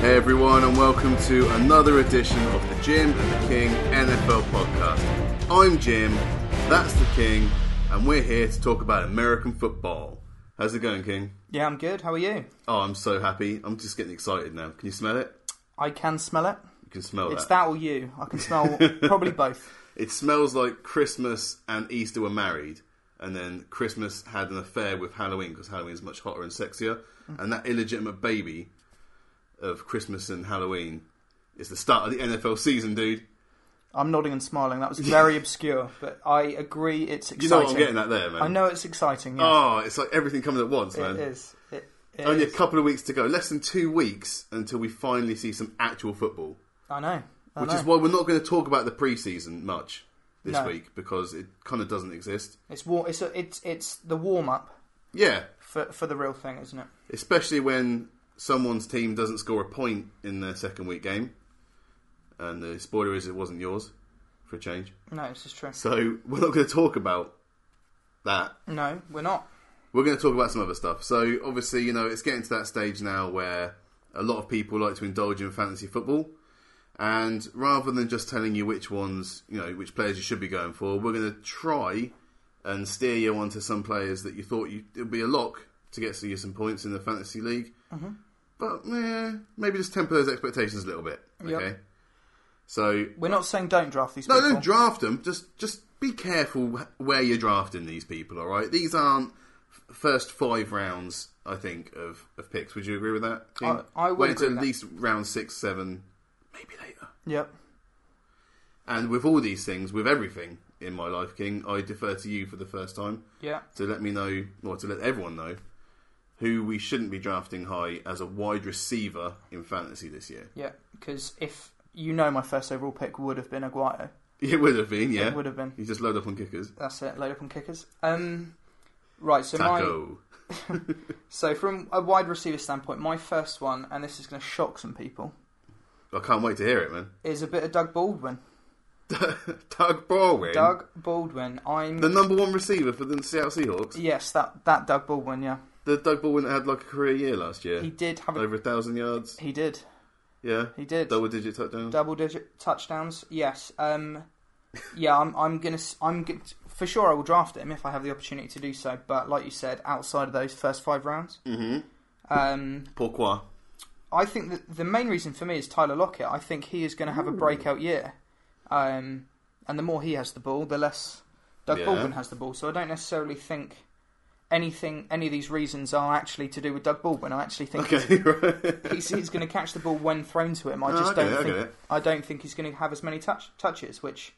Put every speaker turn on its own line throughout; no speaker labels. Hey everyone, and welcome to another edition of the Jim and the King NFL podcast. I'm Jim, that's the King, and we're here to talk about American football. How's it going, King?
Yeah, I'm good. How are you?
Oh, I'm so happy. I'm just getting excited now. Can you smell it?
I can smell it.
You can smell
It's
that.
that or you. I can smell probably both.
It smells like Christmas and Easter were married, and then Christmas had an affair with Halloween because Halloween is much hotter and sexier, and that illegitimate baby of Christmas and Halloween is the start of the NFL season, dude.
I'm nodding and smiling. That was very obscure, but I agree it's
You know
exciting.
what I'm getting at there, man.
I know it's exciting. Yes.
Oh, it's like everything coming at once, man.
it is. It, it
Only a
is.
couple of weeks to go. Less than two weeks until we finally see some actual football,
I know. I
which
know.
is why we're not going to talk about the preseason much this
No.
week because it kind of doesn't exist.
It's war. It's a, it's it's the warm up
Yeah,
for for the real thing, isn't it?
especially when someone's team doesn't score a point in their second week game, and the spoiler is it wasn't yours for a change.
No, this is true.
So we're not going to talk about that
No, we're not.
we're going to talk about some other stuff. So obviously, you know, it's getting to that stage now where a lot of people like to indulge in fantasy football, and rather than just telling you which ones, you know, which players you should be going for, we're going to try and steer you onto some players that you thought you it would be a lock to get you some points in the fantasy league. But eh, maybe just temper those expectations a little bit. Okay.
Yep.
So
We're not saying don't draft these
no,
people.
don't draft them. Just just be careful wh- where you're drafting these people. All right, these aren't f- first five rounds. I think of, of picks. Would you agree with that? King?
I would
Wait
agree
until
with
at
that.
least round six, seven, maybe later.
Yep.
And with all these things, with everything in my life, King, I defer to you for the first time
Yeah.
to let me know, or to let everyone know, who we shouldn't be drafting high as a wide receiver in fantasy this year.
Yeah. Because if you know, my first overall pick would have been Aguayo.
It would have been, yeah.
It would have been.
You just load up on kickers.
That's it. Load up on kickers. Um. Right. So my.
Taco.
So, from a wide receiver standpoint, my first one, and this is going to shock some people,
I can't wait to hear it, man.
is a bit of Doug Baldwin.
Doug Baldwin,
Doug Baldwin. I'm
the number one receiver for the Seattle Seahawks.
yes, that that Doug Baldwin. Yeah,
The Doug Baldwin that had like a career year last year,
he did have a
over a thousand yards.
he did
Yeah,
he did
double digit touchdowns.
double digit touchdowns. Yes. Um. Yeah, I'm I'm gonna s- I'm g- for sure I will draft him if I have the opportunity to do so. But like you said, outside of those first five rounds,
mm-hmm.
um,
Pourquoi?
I think that the main reason for me is Tyler Lockett. I think he is going to have a breakout year, um, and the more he has the ball, the less Doug
Yeah.
Baldwin has the ball. So I don't necessarily think anything, any of these reasons are actually to do with Doug Baldwin. I actually think
Okay, Oh, right.
he's, he's going to catch the ball when thrown to him. I
No,
just
I get it,
don't
I
think
get it.
I don't think he's going to have as many touch, touches, which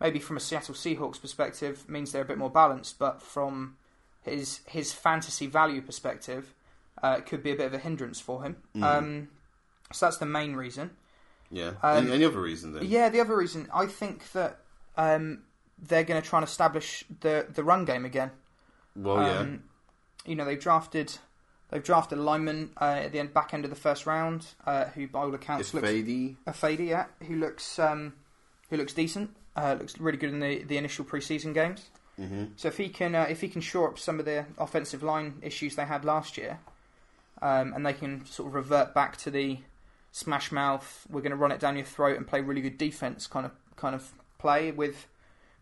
maybe from a Seattle Seahawks perspective means they're a bit more balanced, but from his his fantasy value perspective, uh, it could be a bit of a hindrance for him.
Mm.
Um, so that's the main reason.
Yeah.
Um,
any, any other reason then?
Yeah, the other reason I think that um, they're going to try and establish the the run game again.
Well, Oh, yeah.
Um, you know they've drafted they've drafted a lineman uh, at the end back end of the first round uh, who by all accounts
it's
looks
Fady.
a fadey yeah, who looks um, who looks decent uh, looks really good in the, the initial preseason games.
Mm-hmm.
So if he can uh, if he can shore up some of the offensive line issues they had last year, um, and they can sort of revert back to the smash mouth, we're going to run it down your throat and play really good defense kind of kind of play with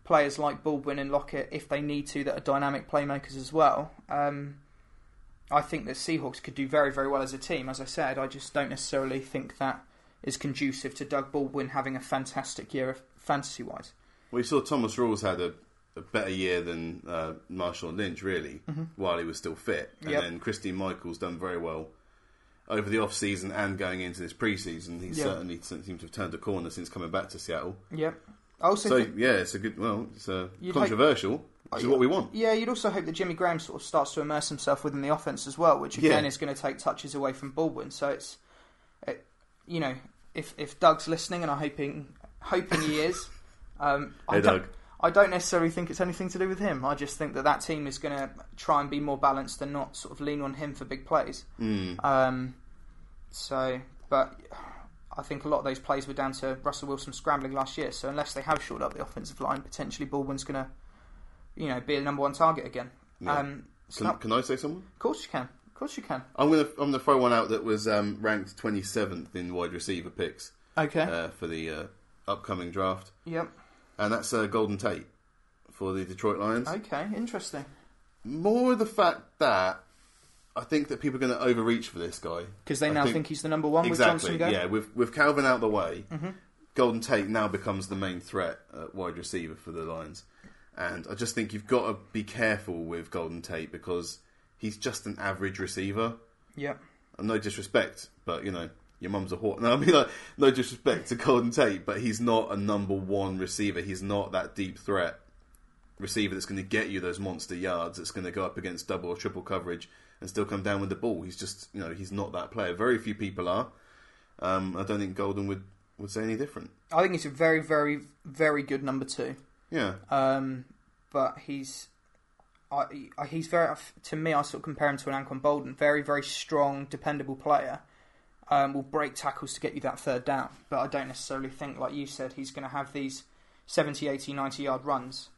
players like Baldwin and Lockett if they need to that are dynamic playmakers as well. Um, I think that Seahawks could do very very well as a team. As I said, I just don't necessarily think that is conducive to Doug Baldwin having a fantastic year of fantasy wise.
We saw Thomas Rawls had a, a better year than uh, Marshall Lynch, really, while he was still fit. And
Mm-hmm. Yep.
then Christine Michaels done very well over the off season and going into this preseason. He
Yeah.
certainly seems to have turned a corner since coming back to Seattle.
Yep. I also
So
think-
yeah, it's a good. Well, it's a
You'd
controversial, which is what we want.
Yeah, you'd also hope that Jimmy Graham sort of starts to immerse himself within the offense as well, which again
Yeah.
is going to take touches away from Baldwin. So it's, it, you know, if if Doug's listening, and I'm hoping hoping he is, um, I
Hey,
don't-
Doug.
I don't necessarily think it's anything to do with him. I just think that that team is going to try and be more balanced and not sort of lean on him for big plays.
Mm.
Um, so, but I think a lot of those plays were down to Russell Wilson scrambling last year. So unless they have shored up the offensive line, potentially Baldwin's going to, you know, be a number one target again.
Yeah.
Um, so
Can,
that-
can I say someone?
of course you can. Of course you can.
I'm gonna I'm gonna throw one out that was um, ranked 27th in wide receiver picks
Okay.
uh, for the uh, upcoming draft,
yep.
and that's uh, Golden Tate for the Detroit Lions.
Okay. Interesting.
More the fact that I think that people are going to overreach for this guy
Because they
I
now think,
think-
he's the number one
exactly.
with Mm-hmm. Johnson going.
yeah, with with Calvin out the way, Golden Tate now becomes the main threat at wide receiver for the Lions, and I just think you've got to be careful with Golden Tate because he's just an average receiver.
Yep.
And no disrespect, but you know, your mum's a whore. No, I mean, like, no disrespect to Golden Tate, but he's not a number one receiver. He's not that deep threat receiver that's going to get you those monster yards. That's going to go up against double or triple coverage and still come down with the ball. He's just, you know, he's not that player. Very few people are. Um, I don't think Golden would would say any different.
I think he's a very, very, very good number two.
Yeah,
Um, but he's, I, I- he's very to me. I sort of compare him to an Anquan Bolden, very, very strong, dependable player. Um, will break tackles to get you that third down, but I don't necessarily think, like you said, he's going to have these 70, 80, 90 yard runs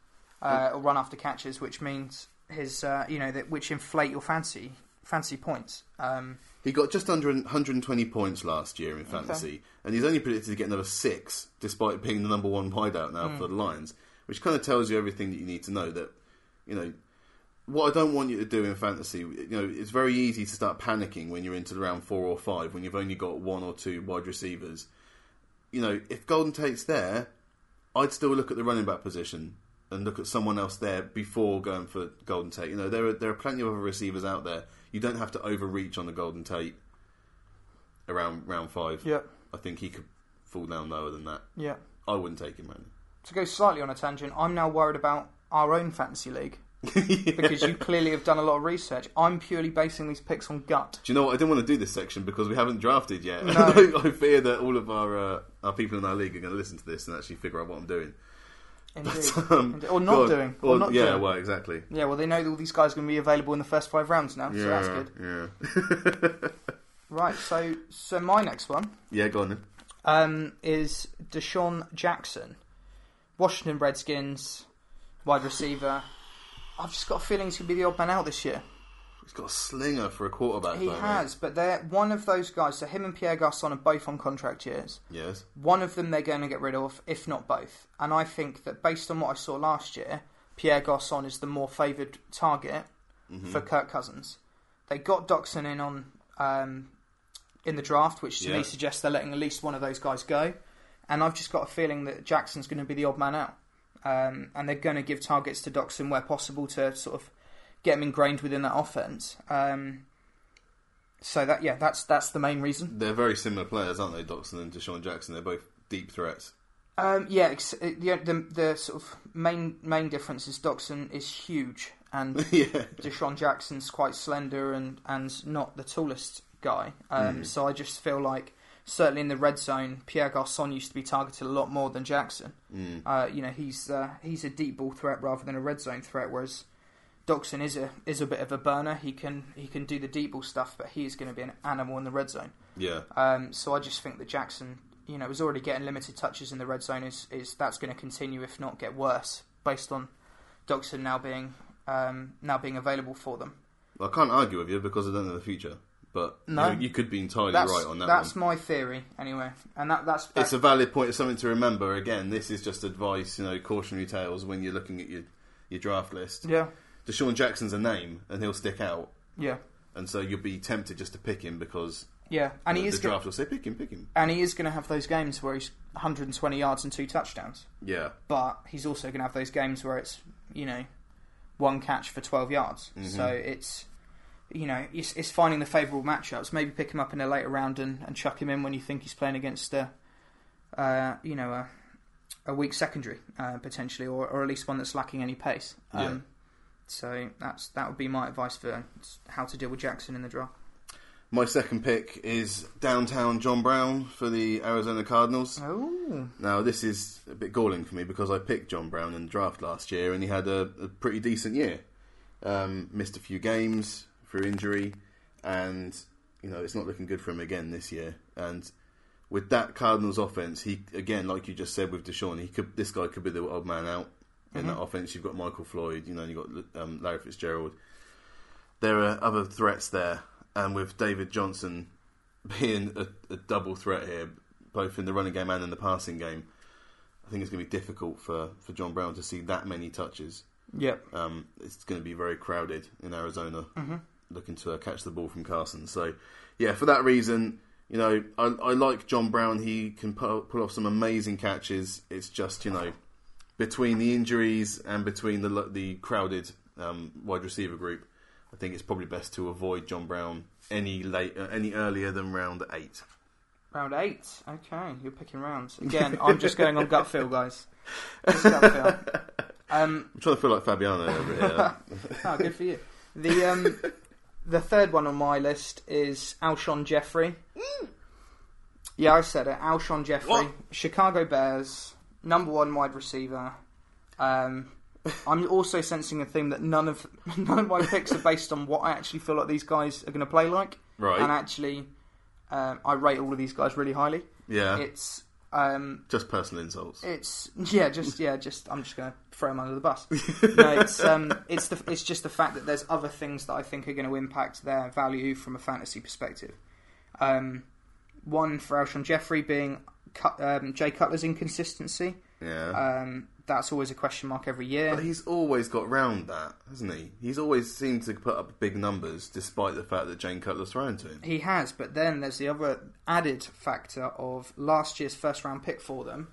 uh, or run after catches, which means his, uh, you know, that which inflate your fancy fancy points. Um,
he got just under 120 points last year in fantasy, and he's only predicted to get another six, despite being the number one wideout now for the Lions, which kind of tells you everything that you need to know. That you know what I don't want you to do in fantasy. You know, it's very easy to start panicking when you're into the round four or five when you've only got one or two wide receivers. You know, if Golden Tate's there, I'd still look at the running back position and look at someone else there before going for Golden Tate. You know, there are there are plenty of other receivers out there. You don't have to overreach on the Golden Tate around round five.
Yep.
I think he could fall down lower than that.
yeah.
I wouldn't take him, man.
To go slightly on a tangent, I'm now worried about our own fantasy league because you clearly have done a lot of research. I'm purely basing these picks on gut.
Do you know what? I didn't want to do this section because we haven't drafted yet.
No.
I, I fear that all of our uh, our people in our league are going to listen to this and actually figure out what I'm doing.
Indeed.
Um,
Indeed. Or not
God.
doing. Or,
Or-
not
yeah,
doing.
well, exactly.
Yeah, well, they know that all these guys are going to be available in the first five rounds now, so that's good.
Yeah.
Right, so so my next one
Yeah, go on then.
um, is Deshaun Jackson, Washington Redskins wide receiver. I've just got a feeling he's going to be the odd man out this year.
He's got a slinger for a quarterback.
He
though, mate.
has, but they're one of those guys. So him and Pierre Garcon are both on contract years.
Yes.
One of them they're going to get rid of, if not both. And I think that based on what I saw last year, Pierre Garçon is the more favoured target for Kirk Cousins. They got Doxson in on um, in the draft, which to
Yeah.
me suggests they're letting at least one of those guys go. And I've just got a feeling that Jackson's going to be the odd man out, um, and they're going to give targets to Doxson where possible to sort of get him ingrained within that offense. Um, so that yeah, that's that's the main reason.
They're very similar players, aren't they? Doxson and Deshaun Jackson. They're both deep threats.
Um, yeah, ex- uh, the, the the sort of main main difference is Doxson is huge and
yeah.
Deshaun Jackson's quite slender and, and not the tallest guy. Um, So I just feel like certainly in the red zone, Pierre Garçon used to be targeted a lot more than Jackson.
Mm.
Uh, you know, he's uh, he's a deep ball threat rather than a red zone threat, whereas Doxson is a is a bit of a burner. He can he can do the deep ball stuff, but he is going to be an animal in the red zone.
Yeah.
Um, so I just think that Jackson, you know, is already getting limited touches in the red zone. Is is that's going to continue, if not get worse, based on Doxson now being um, now being available for them.
Well, I can't argue with you because I don't know the future. But
No.
you, you could be entirely
That's
right on that one.
that's my theory anyway, and that that's,
it's
that's
a valid point. It's something to remember. Again, this is just advice, you know, cautionary tales when you're looking at your your draft list.
yeah
Deshaun Jackson's a name, and he'll stick out,
yeah
and so you'll be tempted just to pick him because
yeah, and
the,
he is
the
go-
draft will say pick him, pick him.
and he is going to have those games where he's 120 yards and two touchdowns,
Yeah,
but he's also going to have those games where it's you know one catch for 12 yards. So it's you know, it's, it's finding the favourable matchups. Maybe pick him up in a later round and, and chuck him in when you think he's playing against a, uh, you know, a, a weak secondary uh, potentially, or, or at least one that's lacking any pace. Um,
Yeah.
so that's that would be my advice for how to deal with Jackson in the draft.
my second pick is downtown John Brown for the Arizona Cardinals.
Oh,
Now, this is a bit galling for me because I picked John Brown in the draft last year and he had a, a pretty decent year. Um, missed a few games through injury, and you know it's not looking good for him again this year. And with that Cardinals offense, he again, like you just said with Deshaun, he could this guy could be the odd man out in that offense. You've got Michael Floyd, you know, you've got um, Larry Fitzgerald. There are other threats there, and with David Johnson being a, a double threat here, both in the running game and in the passing game, I think it's going to be difficult for, for John Brown to see that many touches.
Yep. Mm-hmm.
Um, it's going to be very crowded in Arizona, looking to uh, catch the ball from Carson. So, yeah, for that reason, you know, I, I like John Brown. He can pull, pull off some amazing catches. It's just you know, between the injuries and between the lo- the crowded um, wide receiver group, I think it's probably best to avoid John Brown any late uh, any earlier than round eight.
Round eight. Okay, you're picking rounds again. I'm just going on gut feel, guys. Just gut feel. Um,
I'm trying to feel like Fabiano over here.
oh, good for you. The um, the third one on my list is Alshon Jeffrey. Yeah, I said it. Alshon Jeffrey,
What?
Chicago Bears, number one wide receiver. Um, I'm also sensing a theme that none of none of my picks are based on what I actually feel like these guys are going to play like,
Right.
and actually, um, I rate all of these guys really highly.
yeah,
It's um,
just personal insults.
it's yeah, just yeah, just I'm just gonna throw him under the bus. no, it's um, it's the it's just the fact that there's other things that I think are going to impact their value from a fantasy perspective. Um, one for Alshon Jeffrey being Cut, um, Jay Cutler's inconsistency.
yeah.
Um, that's always a question mark every
But
year.
he's always got round that, hasn't he? He's always seemed to put up big numbers despite the fact that Jane Cutler's thrown to him.
He has, but then there's the other added factor of last year's first round pick for them,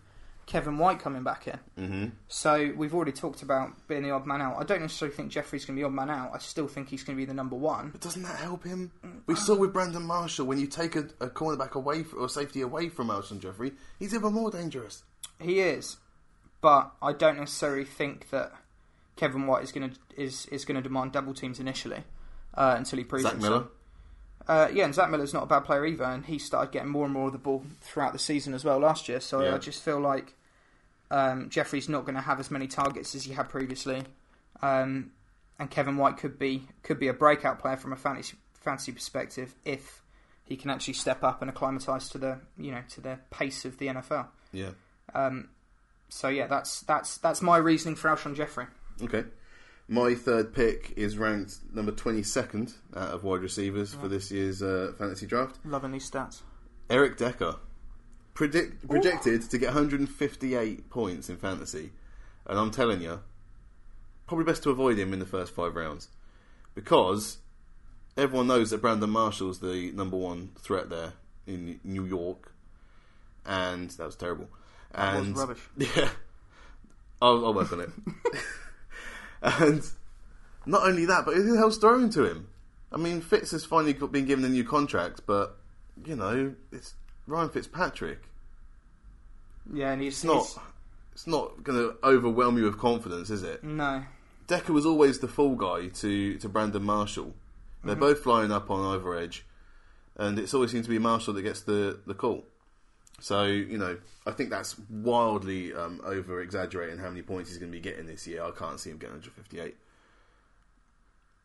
Kevin White coming back in.
hmm
So we've already talked about being the odd man out. I don't necessarily think Jeffrey's going to be odd man out. I still think he's going to be the number one.
But doesn't that help him? We saw with Brandon Marshall when you take a, a cornerback away f or safety away from Alshon Jeffrey, he's even more dangerous.
He is, but I don't necessarily think that Kevin White is going to is is going to demand double teams initially uh, until he proves
Zach
himself.
Miller.
Uh, yeah, and Zach Miller's not a bad player either, and he started getting more and more of the ball throughout the season as well last year. So
Yeah.
I just feel like um, Jeffrey's not going to have as many targets as he had previously, um, and Kevin White could be could be a breakout player from a fantasy fantasy perspective if he can actually step up and acclimatise to the you know to the pace of the NFL.
Yeah.
Um, so yeah, that's that's that's my reasoning for Alshon Jeffrey.
Okay. My third pick is ranked number 22nd out of wide receivers for this year's uh, fantasy draft.
Loving these stats.
Eric Decker predict, projected to get 158 points in fantasy, and I'm telling you, probably best to avoid him in the first five rounds because everyone knows that Brandon Marshall's the number one threat there in New York, and that was terrible.
was
And
rubbish.
Yeah, I'll, I'll work on it. and not only that, but who the hell's throwing to him? I mean, Fitz has finally got, been given a new contract, but you know, it's Ryan Fitzpatrick.
Yeah, and he's
It's not. It's not going to overwhelm you with confidence, is it?
no.
Decker was always the fall guy to to Brandon Marshall. They're both flying up on either edge, and it's always seems to be Marshall that gets the the call. So you know, I think that's wildly um, over exaggerating how many points he's going to be getting this year. I can't see him getting 158.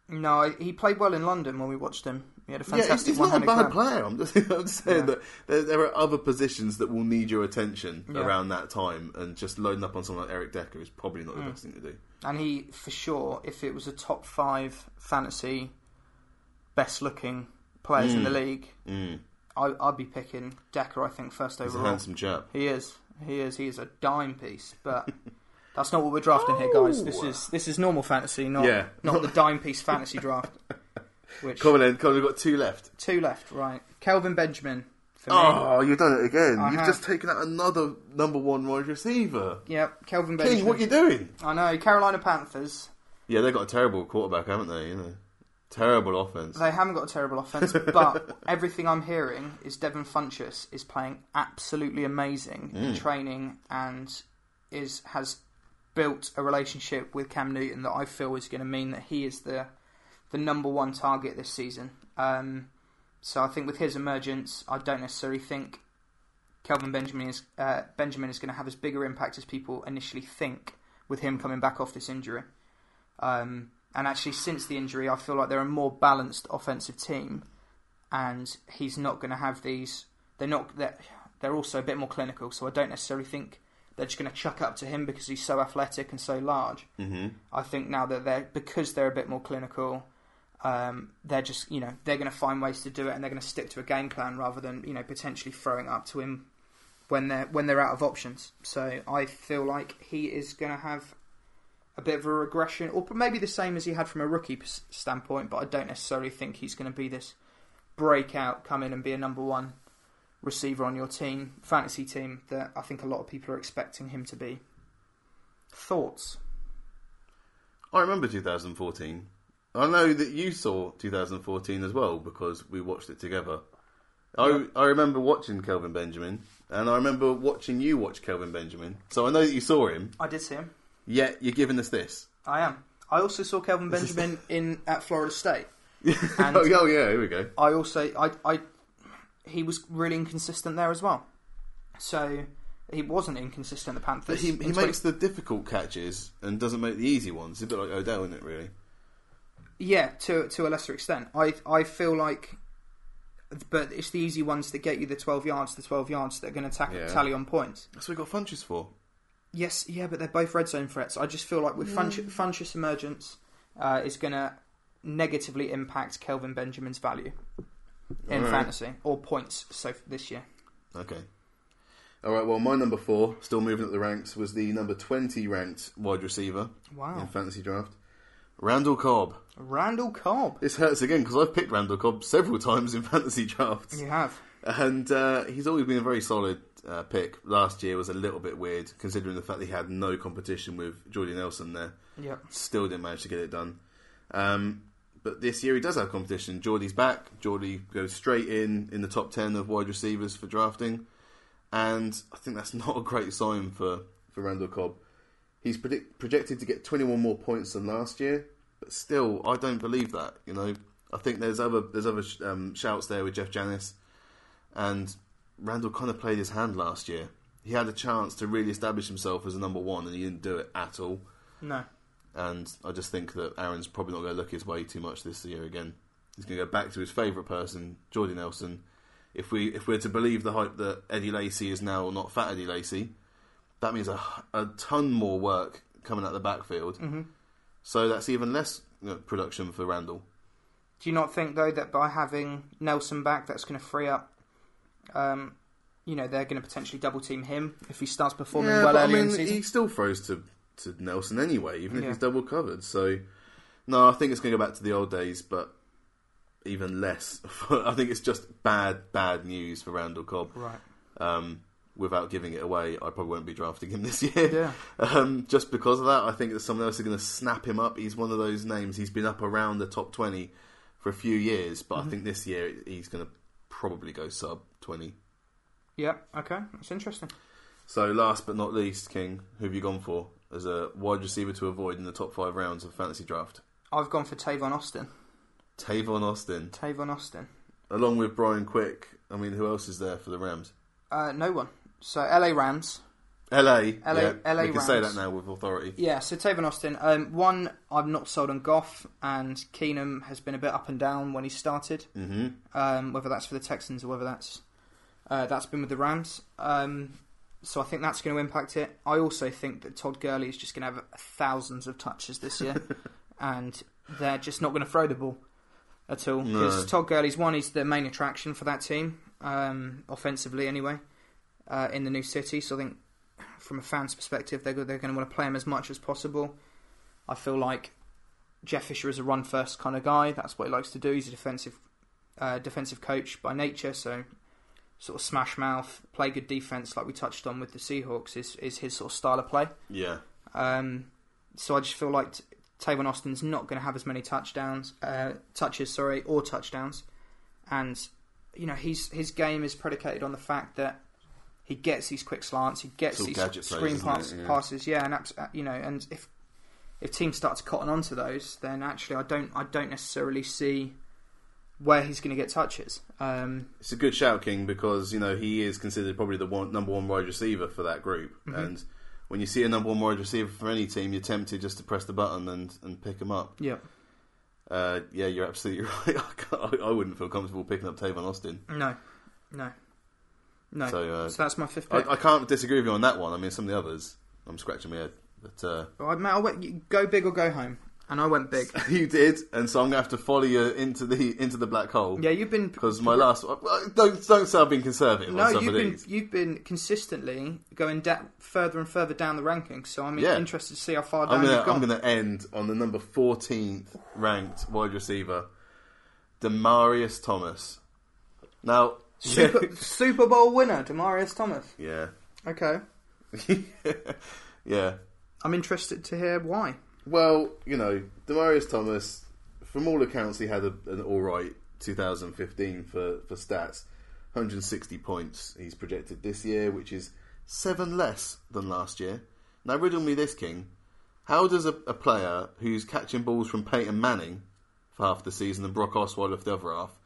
No, he played well in London when we watched him. He had a
Yeah,
fantastic
it's, it's not a
one-handed
bad
grab.
player. I'm just, I'm just saying
Yeah.
that there, there are other positions that will need your attention
Yeah.
around that time, and just loading up on someone like Eric Decker is probably not the
Mm.
best thing to do.
And he, for sure, if it was a top five fantasy best-looking players in the league,
Mm.
I, I'd be picking Decker. I think first
He's a
overall.
handsome chap.
He is. He is. He is a dime piece, but. That's not what we're drafting here, guys. This
Oh.
is this is normal fantasy, not
Yeah.
not the dime piece fantasy draft. Which
Come on, then, come on, we've got two left.
two left, right? Kelvin Benjamin for me.
Oh, you've done it again.
I
you've
have.
just taken out another number one wide receiver.
Yep, Kelvin
King,
Benjamin.
what you doing?
I know Carolina Panthers.
Yeah, they've got a terrible quarterback, haven't they? You know, terrible offense.
They haven't got a terrible offense, but everything I'm hearing is Devin Funchess is playing absolutely amazing in training and is has built a relationship with Cam Newton that I feel is going to mean that he is the the number one target this season. Um, so I think with his emergence, I don't necessarily think Kelvin Benjamin is uh, Benjamin is going to have as big an impact as people initially think with him coming back off this injury. Um, and actually, since the injury, I feel like they're a more balanced offensive team, and he's not going to have these. They're not. They're, they're also a bit more clinical, so I don't necessarily think they're just going to chuck up to him because he's so athletic and so large.
hmm
I think now that they're because they're a bit more clinical Um, they're just you know they're going to find ways to do it, and they're going to stick to a game plan rather than you know potentially throwing it up to him when they're when they're out of options. So I feel like he is going to have a bit of a regression, or maybe the same as he had from a rookie p- standpoint. But I don't necessarily think he's going to be this breakout, come in and be a number one receiver on your team, fantasy team that I think a lot of people are expecting him to be. Thoughts?
I remember 2014. I know that you saw 2014 as well because we watched it together. I I remember watching Kelvin Benjamin, and I remember watching you watch Kelvin Benjamin. So I know that you saw him.
I did see him.
Yet you're giving us this.
I am. I also saw Kelvin Benjamin in at Florida State.
oh yeah, oh, yeah, here we go.
I also I I he was really inconsistent there as well. So he wasn't inconsistent. The Panthers.
He,
in
he
20
makes the difficult catches and doesn't make the easy ones. It's a bit like Odell, isn't it? Really.
Yeah, to to a lesser extent. I I feel like, but it's the easy ones that get you the twelve yards, the twelve yards that are going to tack
Yeah.
tally on points.
That's what we got Funches for.
Yes, yeah, but they're both red zone threats. I just feel like with
Mm.
Funch- Funchess emergence uh, is going to negatively impact Kelvin Benjamin's value in
Alright.
fantasy or points so f- this year.
Okay. All right. Well, my number four, still moving up the ranks, was the number twenty ranked wide receiver in
Wow,
fantasy draft, Randall Cobb.
Randall Cobb,
This hurts again because I've picked Randall Cobb several times in fantasy drafts,
you have.
and uh, he's always been a very solid uh, pick. Last year was a little bit weird considering the fact that he had no competition with Jordy Nelson there.
Yep.
Still didn't manage to get it done. Um, but this year he does have competition. Geordie's back. Geordie goes straight in in the top 10 of wide receivers for drafting. And I think that's not a great sign for, for Randall Cobb. He's predict- projected to get 21 more points than last year, but still, I don't believe that. You know, I think there's other there's other sh- um, shouts there with Jeff Janis, and Randall kind of played his hand last year. He had a chance to really establish himself as a number one, and he didn't do it at all
No.
and I just think that Aaron's probably not going to look his way too much this year again. He's going to go back to his favourite person, Jordy Nelson. If we if we're to believe the hype that Eddie Lacy is now not fat Eddie Lacy, that means a, a ton more work coming out the backfield. Mm-hmm. So that's even less you know, production for Randall.
Do you not think though that by having Nelson back, that's going to free up? Um, you know, they're going to potentially double team him if he starts performing well
but
early
I
in the
mean,
season.
he still throws to to Nelson anyway, even if
Yeah.
he's double covered. So no, I think it's going to go back to the old days, but even less. I think it's just bad, bad news for Randall Cobb.
Right.
um, without giving it away, I probably won't be drafting him this year.
Yeah.
Um, just because of that, I think that someone else is going to snap him up. He's one of those names. He's been up around the top 20 for a few years, but
Mm-hmm.
I think this year he's going to probably go sub 20.
Yep. Okay. That's interesting.
So, last but not least, King, who have you gone for as a wide receiver to avoid in the top five rounds of fantasy draft?
I've gone for Tavon Austin.
Tavon Austin,
Tavon Austin.
along with Brian Quick. I mean, who else is there for the Rams?
Uh, no one. So LA Rams.
LA. yeah,
LA
we can say that
Rams.
now with authority.
Yeah. So Tavon Austin. Um, one, I'm not sold on Goff, and Keenum has been a bit up and down when he started.
hmm
Um, whether that's for the Texans or whether that's uh, that's been with the Rams. Um, so I think that's going to impact it. I also think that Todd Gurley is just going to have thousands of touches this year, and they're just not going to throw the ball at all
No.
because Todd Gurley's one is the main attraction for that team, um, offensively anyway, uh, in the new city. So I think from a fan's perspective, they're go- they're going to want to play him as much as possible. I feel like Jeff Fisher is a run first kind of guy. That's what he likes to do. He's a defensive uh, defensive coach by nature, so sort of smash mouth, play good defense, like we touched on with the Seahawks, is is his sort of style of play.
Yeah.
Um, so I just feel like Tavon Austin's not going to have as many touchdowns, uh, touches, sorry, or touchdowns, and you know his his game is predicated on the fact that he gets these quick slants, he gets
It's all
these
gadget plays,
screen
isn't it?
pass,
Yeah.
passes, yeah, and abs- uh, you know, and if if teams start to cotton onto those, then actually I don't I don't necessarily see where he's going to get touches. Um,
It's a good shout, King, because you know he is considered probably the one, number one wide receiver for that group. And when you see a number one wide receiver for any team, you're tempted just to press the button and, and pick him up.
yeah,
Uh, yeah, you're absolutely right. I, can't- I wouldn't feel comfortable picking up Tavon Austin.
no, no, no. So,
So uh,
that's my fifth pick.
I, I can't disagree with you on that one. I mean, some of the others, I'm scratching my head. But uh,
All right, Matt, I'll wait. You- go big or go home. and I went big.
you did, and so I'm gonna have to follow you into the into the black hole.
Yeah, you've been
Because my last uh, well, don't don't say I've been conservative
No,
on some
you've
of
been
these.
you've been consistently going da- further and further down the rankings. So I'm
Yeah.
interested to see how far down
I'm gonna
you've gone.
I'm gonna end on the number 14th ranked wide receiver, Demarius Thomas. Now,
Super, Super Bowl winner, Demarius Thomas.
yeah,
Okay,
yeah.
I'm interested to hear why.
Well, you know, Demarius Thomas, from all accounts, he had a, an all right 2015 for, for stats. 160 points he's projected this year, which is seven less than last year. Now, riddle me this, King. How does a, a player who's catching balls from Peyton Manning for half the season and Brock Osweiler for the other half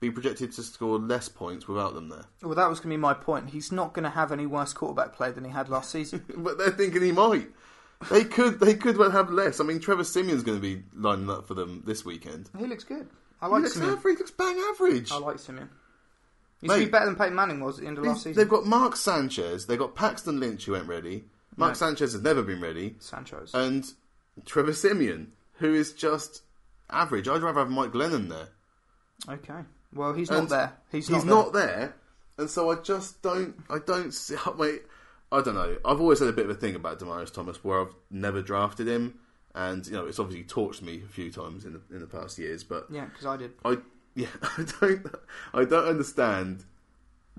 be projected to score less points without them there?
Well, that was going to be my point. He's not going to have any worse quarterback play than he had last season.
But they're thinking he might. They could. They could well have less. I mean, Trevor Simeon's going to be lining up for them this weekend.
he looks good. I
He
like
looks
Simeon.
average. Looks bang average.
I like Simeon. He's
Mate.
be better than Peyton Manning was at the end of last
He's-
season.
They've got Mark Sanchez. They've got Paxton Lynch, who ain't ready. Mark
No.
Sanchez has never been ready,
Sancho's.
and Trevor Simeon, who is just average. I'd rather have Mike Lennon there.
okay. Well, he's not
and
there. He's,
He's
not,
not there, and so I just don't. I don't see. Wait, I don't know. I've always had a bit of a thing about Demarius Thomas, where I've never drafted him, and you know it's obviously torched me a few times in the in the past years, but
there. Yeah, because I did.
I yeah, I don't I don't understand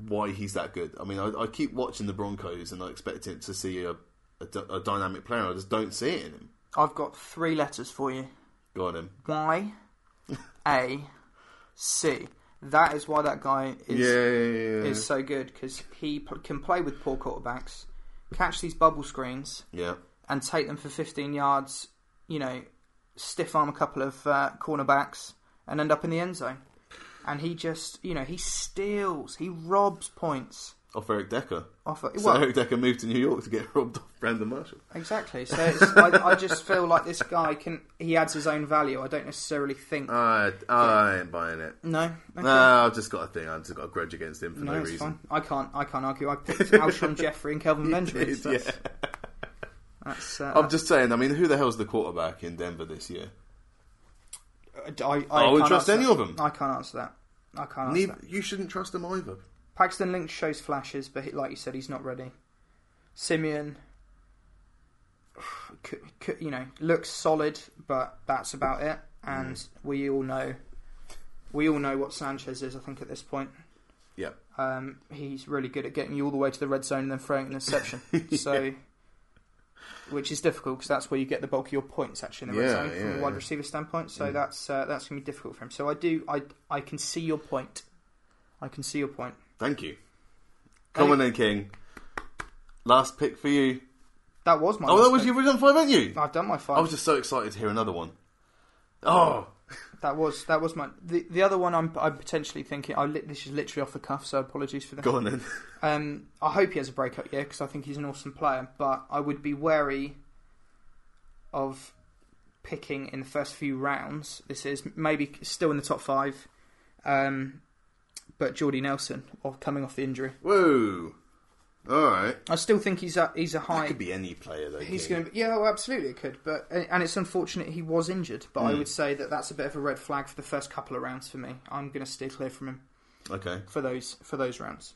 why he's that good. I mean, I, I keep watching the Broncos and I expect it to see a, a, d- a dynamic player. I just don't see it in him.
I've got three letters for you.
Go on, him.
Y, A, C. That is why that guy is
yeah,
is so good because he p- can play with poor quarterbacks, catch these bubble screens,
yeah,
and take them for 15 yards. You know, stiff arm a couple of uh, cornerbacks and end up in the end zone. And he just, you know, he steals, he robs points
off Eric Decker.
off. A,
So
Oh, well,
Eric Decker moved to New York to get robbed off Brandon Marshall.
exactly. So it's, I, I just feel like this guy can. He adds his own value. I don't necessarily think.
I I ain't buying it.
no. Okay.
Nah, I've just got a thing. I've just got a grudge against him for no,
No, it's
reason.
fine. I can't. I can't argue. I picked Alshon Jeffrey and Kelvin Benjamin.
It's-
so That's,
yeah.
that's uh,
I'm just saying. I mean, who the hell's the quarterback in Denver this year?
I, I,
I wouldn't
can't
trust
answer
Oh, any
that.
of them.
I can't answer that. I can't answer
Neith-
that.
you shouldn't trust them either.
Paxton Lynch shows flashes, but he, like you said, he's not ready. Simeon, could, could, you know, looks solid, but that's about it. And
Mm.
we all know, we all know what Sanchez is. I think at this point,
Yeah.
um, he's really good at getting you all the way to the red zone and then throwing an interception. So, which is difficult because that's where you get the bulk of your points actually in the
Yeah,
red zone from
yeah,
a wide
yeah. Mm.
receiver standpoint. So that's uh, that's gonna be difficult for him. So I do I I can see your point. I can see your point.
Thank you. Come on then, King. Last pick for you.
That was my.
Oh, that was
mistake.
your original five, weren't you?
I've done my five.
I was just so excited to hear another one. Oh,
That was that was my. The, the other one I'm I'm potentially thinking. I lit this is literally off the cuff, so apologies for that.
go on then.
Um, I hope he has a breakout year because I think he's an awesome player, but I would be wary of picking in the first few rounds. This is maybe still in the top five, um, but Jordy Nelson or coming off the injury.
Whoa. All right.
I still think he's a he's a
That
high.
could be any player though.
He's going to yeah, well, absolutely it could, but and it's unfortunate he was injured. But
Hmm.
I would say that that's a bit of a red flag for the first couple of rounds for me. I'm going to steer clear from him.
Okay.
for those for those rounds.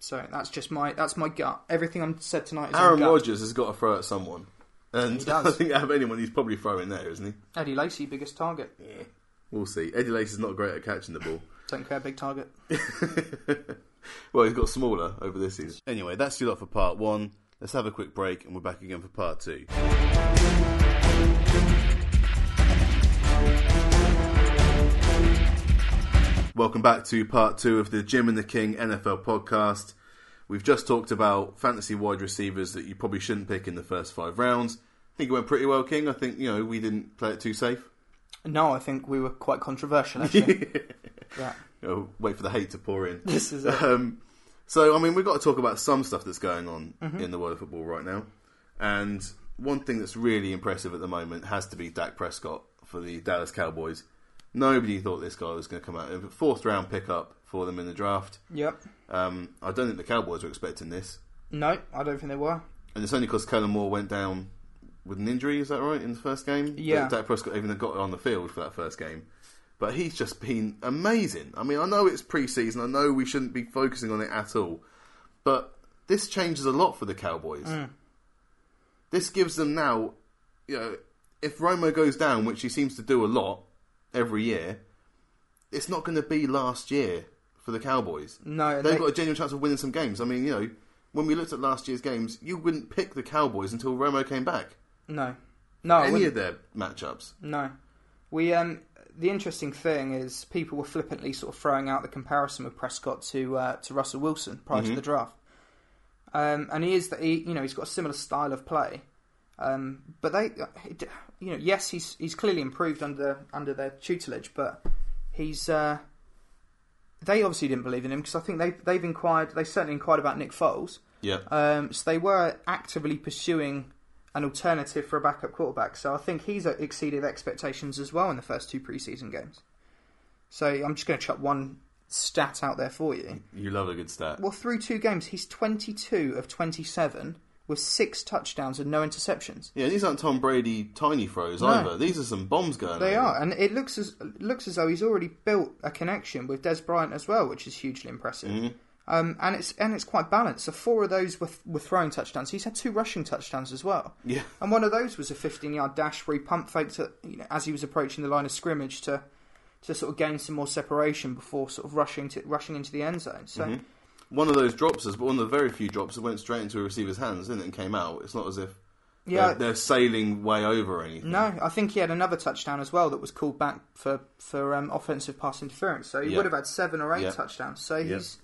So that's just my that's my gut. Everything I'm said tonight is on
Aaron
gut.
Rodgers has got to throw at someone, and
He does.
I think out of anyone, he's probably throwing there, isn't he?
Eddie Lacy, biggest target.
We'll see. Eddie Lace is not great at catching the ball.
Don't care, big target.
well, he's got smaller over this season. Anyway, that's your lot for part one. Let's have a quick break, and we're back again for part two. Welcome back to part two of the Jim and the King NFL podcast. We've just talked about fantasy wide receivers that you probably shouldn't pick in the first five rounds. I think it went pretty well, King. I think you know we didn't play it too safe.
No, I think we were quite controversial actually. yeah,
You know, wait for the hate to pour in.
this is it.
Um, so, I mean, we've got to talk about some stuff that's going on
Mm-hmm.
in the world of football right now. And one thing that's really impressive at the moment has to be Dak Prescott for the Dallas Cowboys. Nobody thought this guy was going to come out. A Fourth round pickup for them in the draft.
yep.
Um, I don't think the Cowboys were expecting this.
No, I don't think they were.
And it's only because Kellen Moore went down with an injury. Is that right? In the first game,
Yeah.
That Dak Prescott even got on the field for that first game. But he's just been amazing. I mean, I know it's preseason. I know we shouldn't be focusing on it at all, but this changes a lot for the Cowboys. This gives them now, you know, if Romo goes down, which he seems to do a lot every year, it's not going to be last year for the Cowboys.
No, and
they've
they-
got a genuine chance of winning some games. I mean, you know, when we looked at last year's games, you wouldn't pick the Cowboys until Romo came back.
No, no, I
Any
wouldn't.
of their matchups.
No. We um the interesting thing is people were flippantly sort of throwing out the comparison of Prescott to uh, to Russell Wilson prior to the draft. Um, and he is that he you know he's got a similar style of play. Um, but they it- you know yes he's he's clearly improved under under their tutelage but he's uh, they obviously didn't believe in him because I think they they've inquired they certainly inquired about Nick Foles.
Yeah.
Um, so they were actively pursuing an alternative for a backup quarterback. So I think he's uh, exceeded expectations as well in the first two preseason games. So I'm just going to chuck one stat out there for you.
you love a good stat.
Well, through two games, he's 22 of 27 with six touchdowns and no interceptions.
Yeah, these aren't Tom Brady tiny throws either. These are some bombs going
They
over.
are, and it looks as looks as though he's already built a connection with Des Bryant as well, which is hugely impressive. Um, and it's and it's quite balanced. So four of those were were throwing touchdowns. He's had two rushing touchdowns as well.
Yeah.
And one of those was a 15 yard dash where he pump faked it, you know, as he was approaching the line of scrimmage to to sort of gain some more separation before sort of rushing to rushing into the end zone. So
Mm-hmm. One of those drops is, but one of the very few drops that went straight into a receiver's hands, didn't it, and came out. It's not as if
yeah,
they're, they're sailing way over or anything.
no, I think he had another touchdown as well that was called back for for um, offensive pass interference. So he
Yeah.
would have had seven or eight
Yeah.
touchdowns. So he's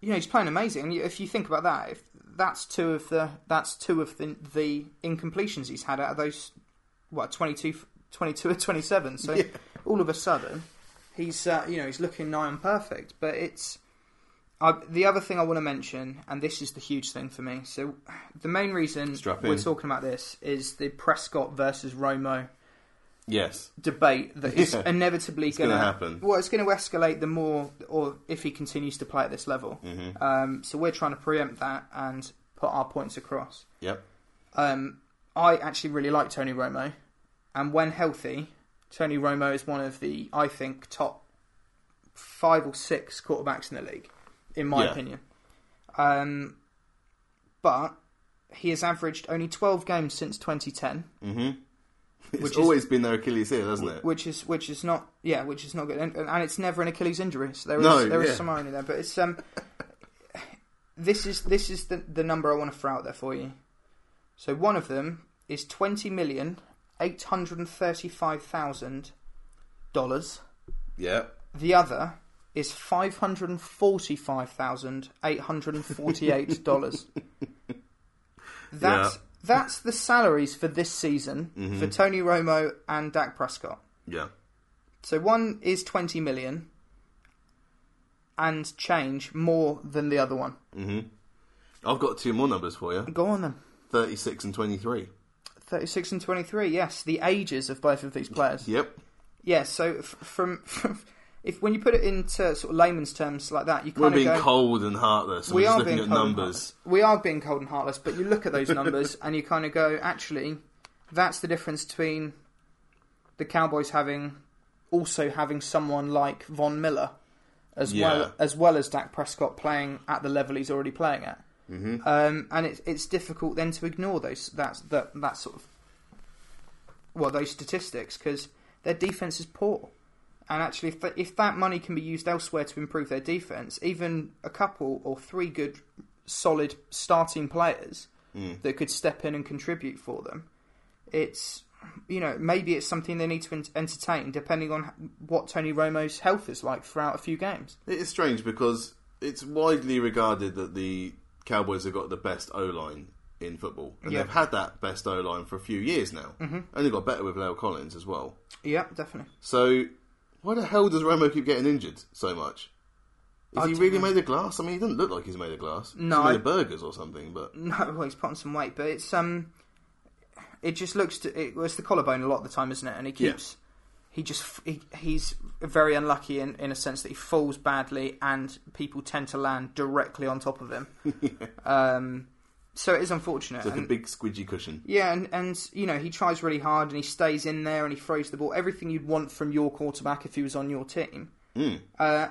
you know he's playing amazing. And if you think about that, if that's two of the that's two of the the incompletions he's had out of those what 22, 22 or twenty seven. So all of a sudden he's uh, you know he's looking nigh on perfect. But it's I, the other thing I want to mention, and this is the huge thing for me. So the main reason
Strap
we're
in.
talking about this is the Prescott versus Romo
Yes.
debate that is
Yeah.
inevitably going to
gonna happen.
Well, it's going to escalate the more, or if he continues to play at this level.
Mm-hmm.
Um, so we're trying to preempt that and put our points across.
Yep.
Um, I actually really like Tony Romo, and when healthy, Tony Romo is one of the I think top five or six quarterbacks in the league, in my
Yeah.
opinion. Um, but he has averaged only twelve games since 2010,
Mm-hmm. It's
Which is-
always been their Achilles heel, hasn't it?
which is which is not yeah, which is not good, and, and it's never an Achilles injury, so there is
No,
there is
yeah.
some irony there. But it's um, this is this is the the number I want to throw out there for you. So one of them is twenty million eight hundred and thirty five thousand dollars.
Yeah.
The other is five hundred and forty five thousand eight hundred and forty eight dollars. That's
Yeah.
that's the salaries for this season
Mm-hmm.
for Tony Romo and Dak Prescott.
Yeah.
So one is 20 million and change more than the other one.
I've got two more numbers for you
Go on then.
36 and 23.
36 and 23, yes. The ages of both of these players.
Yep.
Yeah, so f- from, from. If when you put it into sort of layman's terms like that, you
We're
kind
being
of go.
cold and heartless. I'm
we
just
are
looking
being
at
cold And
numbers.
heartless. we are being cold and heartless, but you look at those numbers and you kind of go, actually, that's the difference between the Cowboys having also having someone like Von Miller as
Yeah.
well as well as Dak Prescott playing at the level he's already playing at. Mm-hmm. Um, and it's it's difficult then to ignore those that's that that sort of well those statistics because their defense is poor. And actually, if, that if that money can be used elsewhere to improve their defense, even a couple or three good, solid starting players that could step in and contribute for them, it's you know maybe it's something they need to en- entertain depending on h- what Tony Romo's health is like throughout a few games.
It is strange because it's widely regarded that the Cowboys have got the best O line in football, and
Yeah.
they've had that best O line for a few years now. Mm-hmm. Only got better with Leo Collins as well.
Yeah, definitely.
So why the hell does Romo keep getting injured so much? Is he
don't
really made of glass? I mean, he doesn't look like he's made of glass.
No,
he's made
I-
of burgers or something. But
No, well, he's put on some weight, but it's um, it just looks to it, it's the collarbone a lot of the time, isn't it? And he
Yeah.
keeps he just f- he, he's very unlucky in in a sense that he falls badly, and people tend to land directly on top of him. Um, so it is unfortunate.
It's like
and-
a big squidgy cushion.
Yeah, and, and you know he tries really hard and he stays in there and he throws the ball. Everything you'd want from your quarterback if he was on your team.
Hmm.
Uh,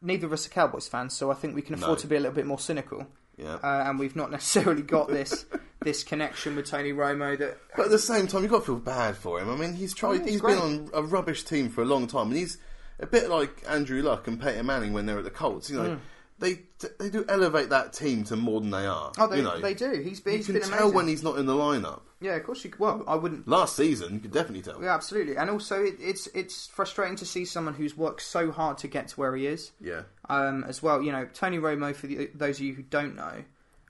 neither of us are Cowboys fans, so I think we can afford
No.
to be a little bit more cynical.
Yeah.
Uh, and we've not necessarily got this this connection with Tony Romo that
But at the same time, you've got to feel bad for him. I mean, he's tried.
Oh, he's
he's
great.
been on a rubbish team for a long time, and he's a bit like Andrew Luck and Peyton Manning when they're at the Colts. You
Mm.
know, they they do elevate that team to more than they are.
oh they,
you know,
they do. He's been
You
he's
can
been
tell
amazing.
when he's not in the lineup.
yeah, of course you. Well, I wouldn't.
Last season, you could definitely tell.
Yeah, absolutely. And also, it, it's it's frustrating to see someone who's worked so hard to get to where he is.
Yeah.
um, as well. You know, Tony Romo, for the, those of you who don't know,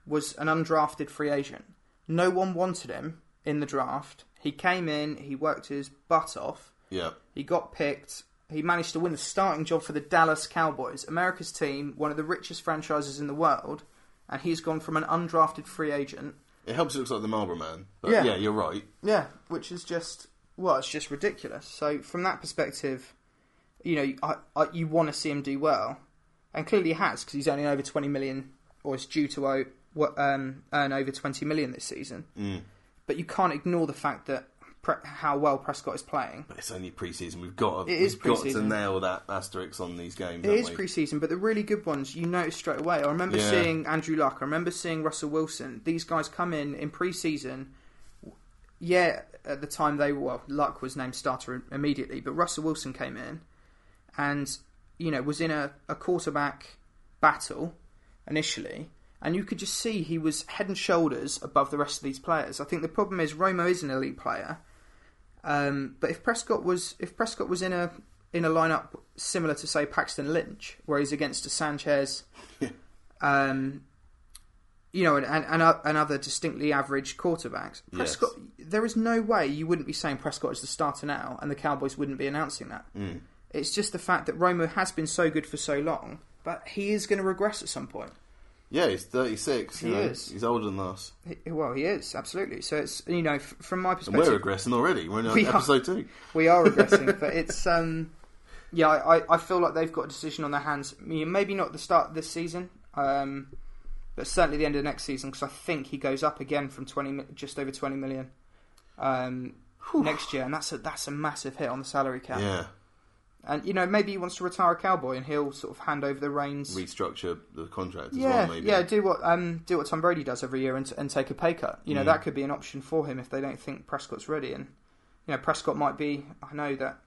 was an undrafted free agent. No one wanted him in the draft. He came in, he worked his butt off,
Yeah.
he got picked, he managed to win the starting job for the Dallas Cowboys, America's team, one of the richest franchises in the world, and he's gone from an undrafted free agent.
It helps. It looks like the Marlboro Man. But
Yeah.
yeah. you're right.
Yeah, which is just, well, it's just ridiculous. So, from that perspective, you know, I, I, you want to see him do well, and clearly he has because he's earning over twenty million, or is due to owe, what, um, earn over twenty million this season. But you can't ignore the fact that pre- how well Prescott is playing.
But it's only preseason. We've got. To,
It
we've
is
got to
preseason.
nail that asterisk on these games.
It
haven't
is
we?
preseason, but the really good ones you notice straight away. I remember
Yeah.
seeing Andrew Luck. I remember seeing Russell Wilson. These guys come in in preseason. Yeah, at the time they well, Luck was named starter immediately, but Russell Wilson came in and you know was in a, a quarterback battle initially, and you could just see he was head and shoulders above the rest of these players. I think the problem is Romo is an elite player, um, but if Prescott was if Prescott was in a in a lineup similar to say Paxton Lynch, where he's against a Sanchez, um, you know, and and, and, o- and other distinctly average quarterbacks,
Yes.
Prescott, there is no way you wouldn't be saying Prescott is the starter now, and the Cowboys wouldn't be announcing that.
Mm.
It's just the fact that Romo has been so good for so long, but he is going to regress at some point.
Yeah, he's 36. you
He
know,
is.
He's older than us.
He- well, he is absolutely. So it's you know, f- from my
And we're
perspective,
regressing already. We're in
We are.
episode two.
we are regressing, but it's um, yeah, I, I- I feel like they've got a decision on their hands. I mean, Maybe not the start of this season, um, but certainly the end of next season because I think he goes up again from twenty, mi- just over twenty million, um, next year, and that's a that's a massive hit on the salary cap.
Yeah.
And you know, maybe he wants to retire a cowboy and he'll sort of hand over the reins.
Restructure the contract as
yeah,
well, maybe.
yeah. Do what um do what Tom Brady does every year and, and take a pay cut.
Mm.
You know that could be an option for him if they don't think Prescott's ready. And you know Prescott might be. I know that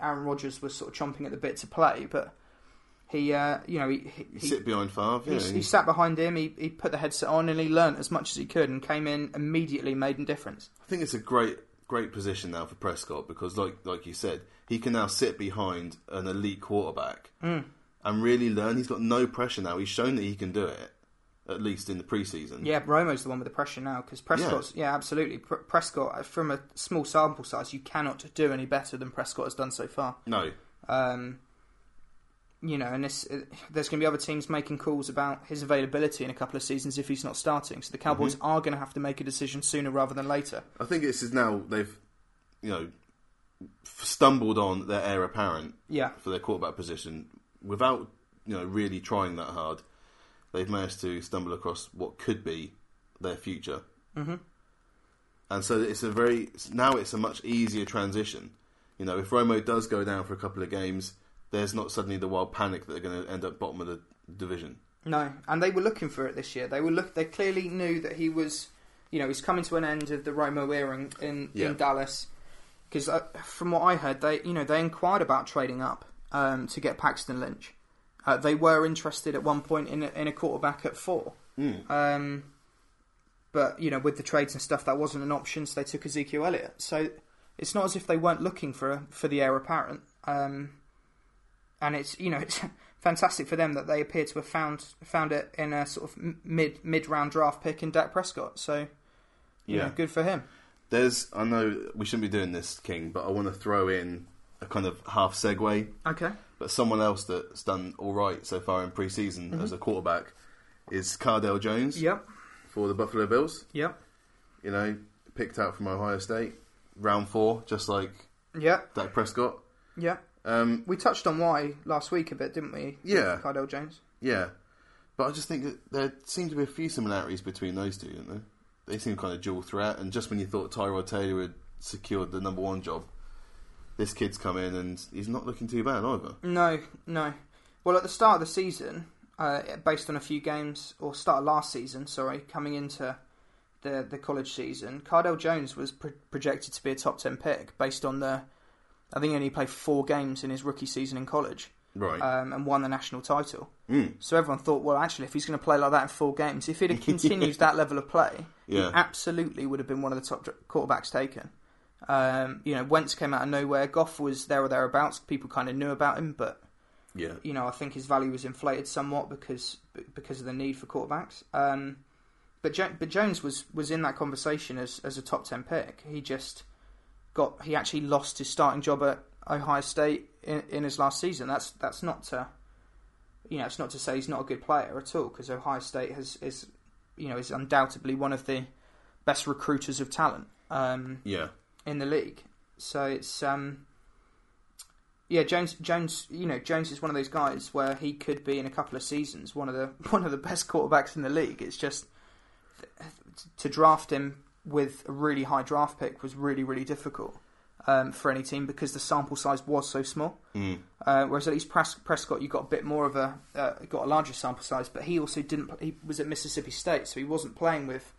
Aaron Rodgers was sort of chomping at the bit to play, but he uh you know he he,
You sit behind Favre.
he,
Yeah,
he sat behind him. He he put the headset on and he learnt as much as he could and came in immediately made a difference.
I think it's a great, great position now for Prescott because, like, like you said, he can now sit behind an elite quarterback
Hmm.
and really learn. He's got no pressure now. He's shown that he can do it, at least in the preseason.
Yeah, Romo's the one with the pressure now because Prescott's. Yeah, absolutely. Pr- Prescott, uh, from a small sample size, you cannot do any better than Prescott has done so far.
No.
Um, you know, and this, uh, there's going to be other teams making calls about his availability in a couple of seasons if he's not starting. So the Cowboys are going to have to make a decision sooner rather than later.
I think this is now they've, you know, f- stumbled on their heir apparent
Yeah,
for their quarterback position without, you know, really trying that hard. They've managed to stumble across what could be their future. And so it's a very now it's a much easier transition. You know, if Romo does go down for a couple of games, there's not suddenly the wild panic that they're going to end up bottom of the division.
no, and they were looking for it this year. They were look. They clearly knew that he was, you know, he's coming to an end of the Romo era in, in,
Yeah.
in Dallas. Because uh, from what I heard, they you know they inquired about trading up um, to get Paxton Lynch. Uh, they were interested at one point in a, in a quarterback at four. Um, but you know, with the trades and stuff, that wasn't an option, so they took Ezekiel Elliott. So it's not as if they weren't looking for for the heir apparent. Um, and it's you know it's fantastic for them that they appear to have found found it in a sort of m- mid mid round draft pick in Dak Prescott. So you know, good for him.
There's I know we shouldn't be doing this, King, but I want to throw in a kind of half segue
Okay.
But someone else that's done all right so far in preseason as a quarterback is Cardell Jones
Yep.
for the Buffalo Bills.
Yep.
You know, picked out from Ohio State, round four, just like
Yep.
Dak Prescott.
Yep.
Um,
We touched on why last week a bit, didn't we?
Yeah.
With Cardell Jones.
yeah, But I just think that there seem to be a few similarities between those two, don't there? They seem kind of dual threat, and just when you thought Tyrod Taylor had secured the number one job, this kid's come in and he's not looking too bad either.
No, no. Well, at the start of the season, uh, based on a few games, or start of last season, sorry, coming into the, the college season, Cardell Jones was pro- projected to be a top 10 pick based on the. I think he only played four games in his rookie season in college
Right.
um, and won the national title.
Mm.
So everyone thought, well, actually, if he's going to play like that in four games, if he'd have continued that level of play,
Yeah.
he absolutely would have been one of the top dr- quarterbacks taken. Um, you know, Wentz came out of nowhere. Goff was there or thereabouts. People kind of knew about him, but
yeah.
you know, I think his value was inflated somewhat because because of the need for quarterbacks. Um, but jo- but Jones was was in that conversation as as a top ten pick. He just got he actually lost his starting job at Ohio State in, in his last season. That's that's not to you know it's not to say he's not a good player at all because Ohio State has is you know is undoubtedly one of the best recruiters of talent. Um,
Yeah.
in the league. So it's um yeah, Jones Jones you know, Jones is one of those guys where he could be in a couple of seasons one of the one of the best quarterbacks in the league. It's just to draft him with a really high draft pick was really really difficult. Um, for any team because the sample size was so small,
Mm.
uh, whereas at least Pres- Prescott you got a bit more of a uh, got a larger sample size, but he also didn't. pl- He was at Mississippi State, so he wasn't playing with,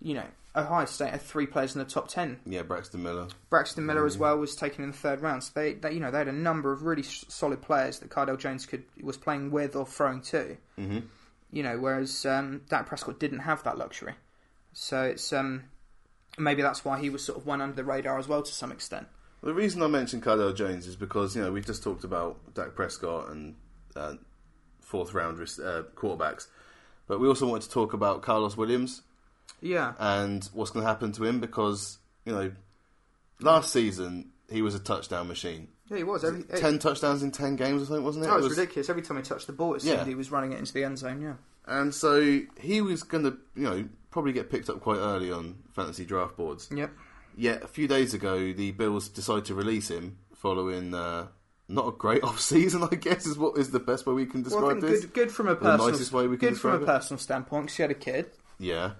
you know, Ohio State had three players in the top ten
Yeah, Braxton Miller.
Braxton Miller as well was taken in the third round. So they, they you know, they had a number of really s- solid players that Cardell Jones could was playing with or throwing to.
Mm-hmm.
You know, whereas um, Dak Prescott didn't have that luxury. So it's um, maybe that's why he was sort of one under the radar as well to some extent.
The reason I mentioned Cardell Jones is because you know we've just talked about Dak Prescott and uh, fourth round uh, quarterbacks, but we also wanted to talk about Carlos Williams
Yeah,
and what's going to happen to him because you know last season he was a touchdown machine,
yeah, he was. Every,
ten touchdowns in ten games or something, wasn't it? It
oh, it was
was-
ridiculous. Every time he touched the ball, it
seemed
seemed
Yeah. he
he was running it into the end zone. Yeah,
and so he was going to you know probably get picked up quite early on fantasy draft boards.
yep.
Yet a few days ago, the Bills decided to release him following uh, not a great off season. I guess is what is the best way we can describe
Well, I think
this.
good, good from a
The
personal,
nicest way we can
good from a
describe it.
personal standpoint because he had a kid.
Yeah,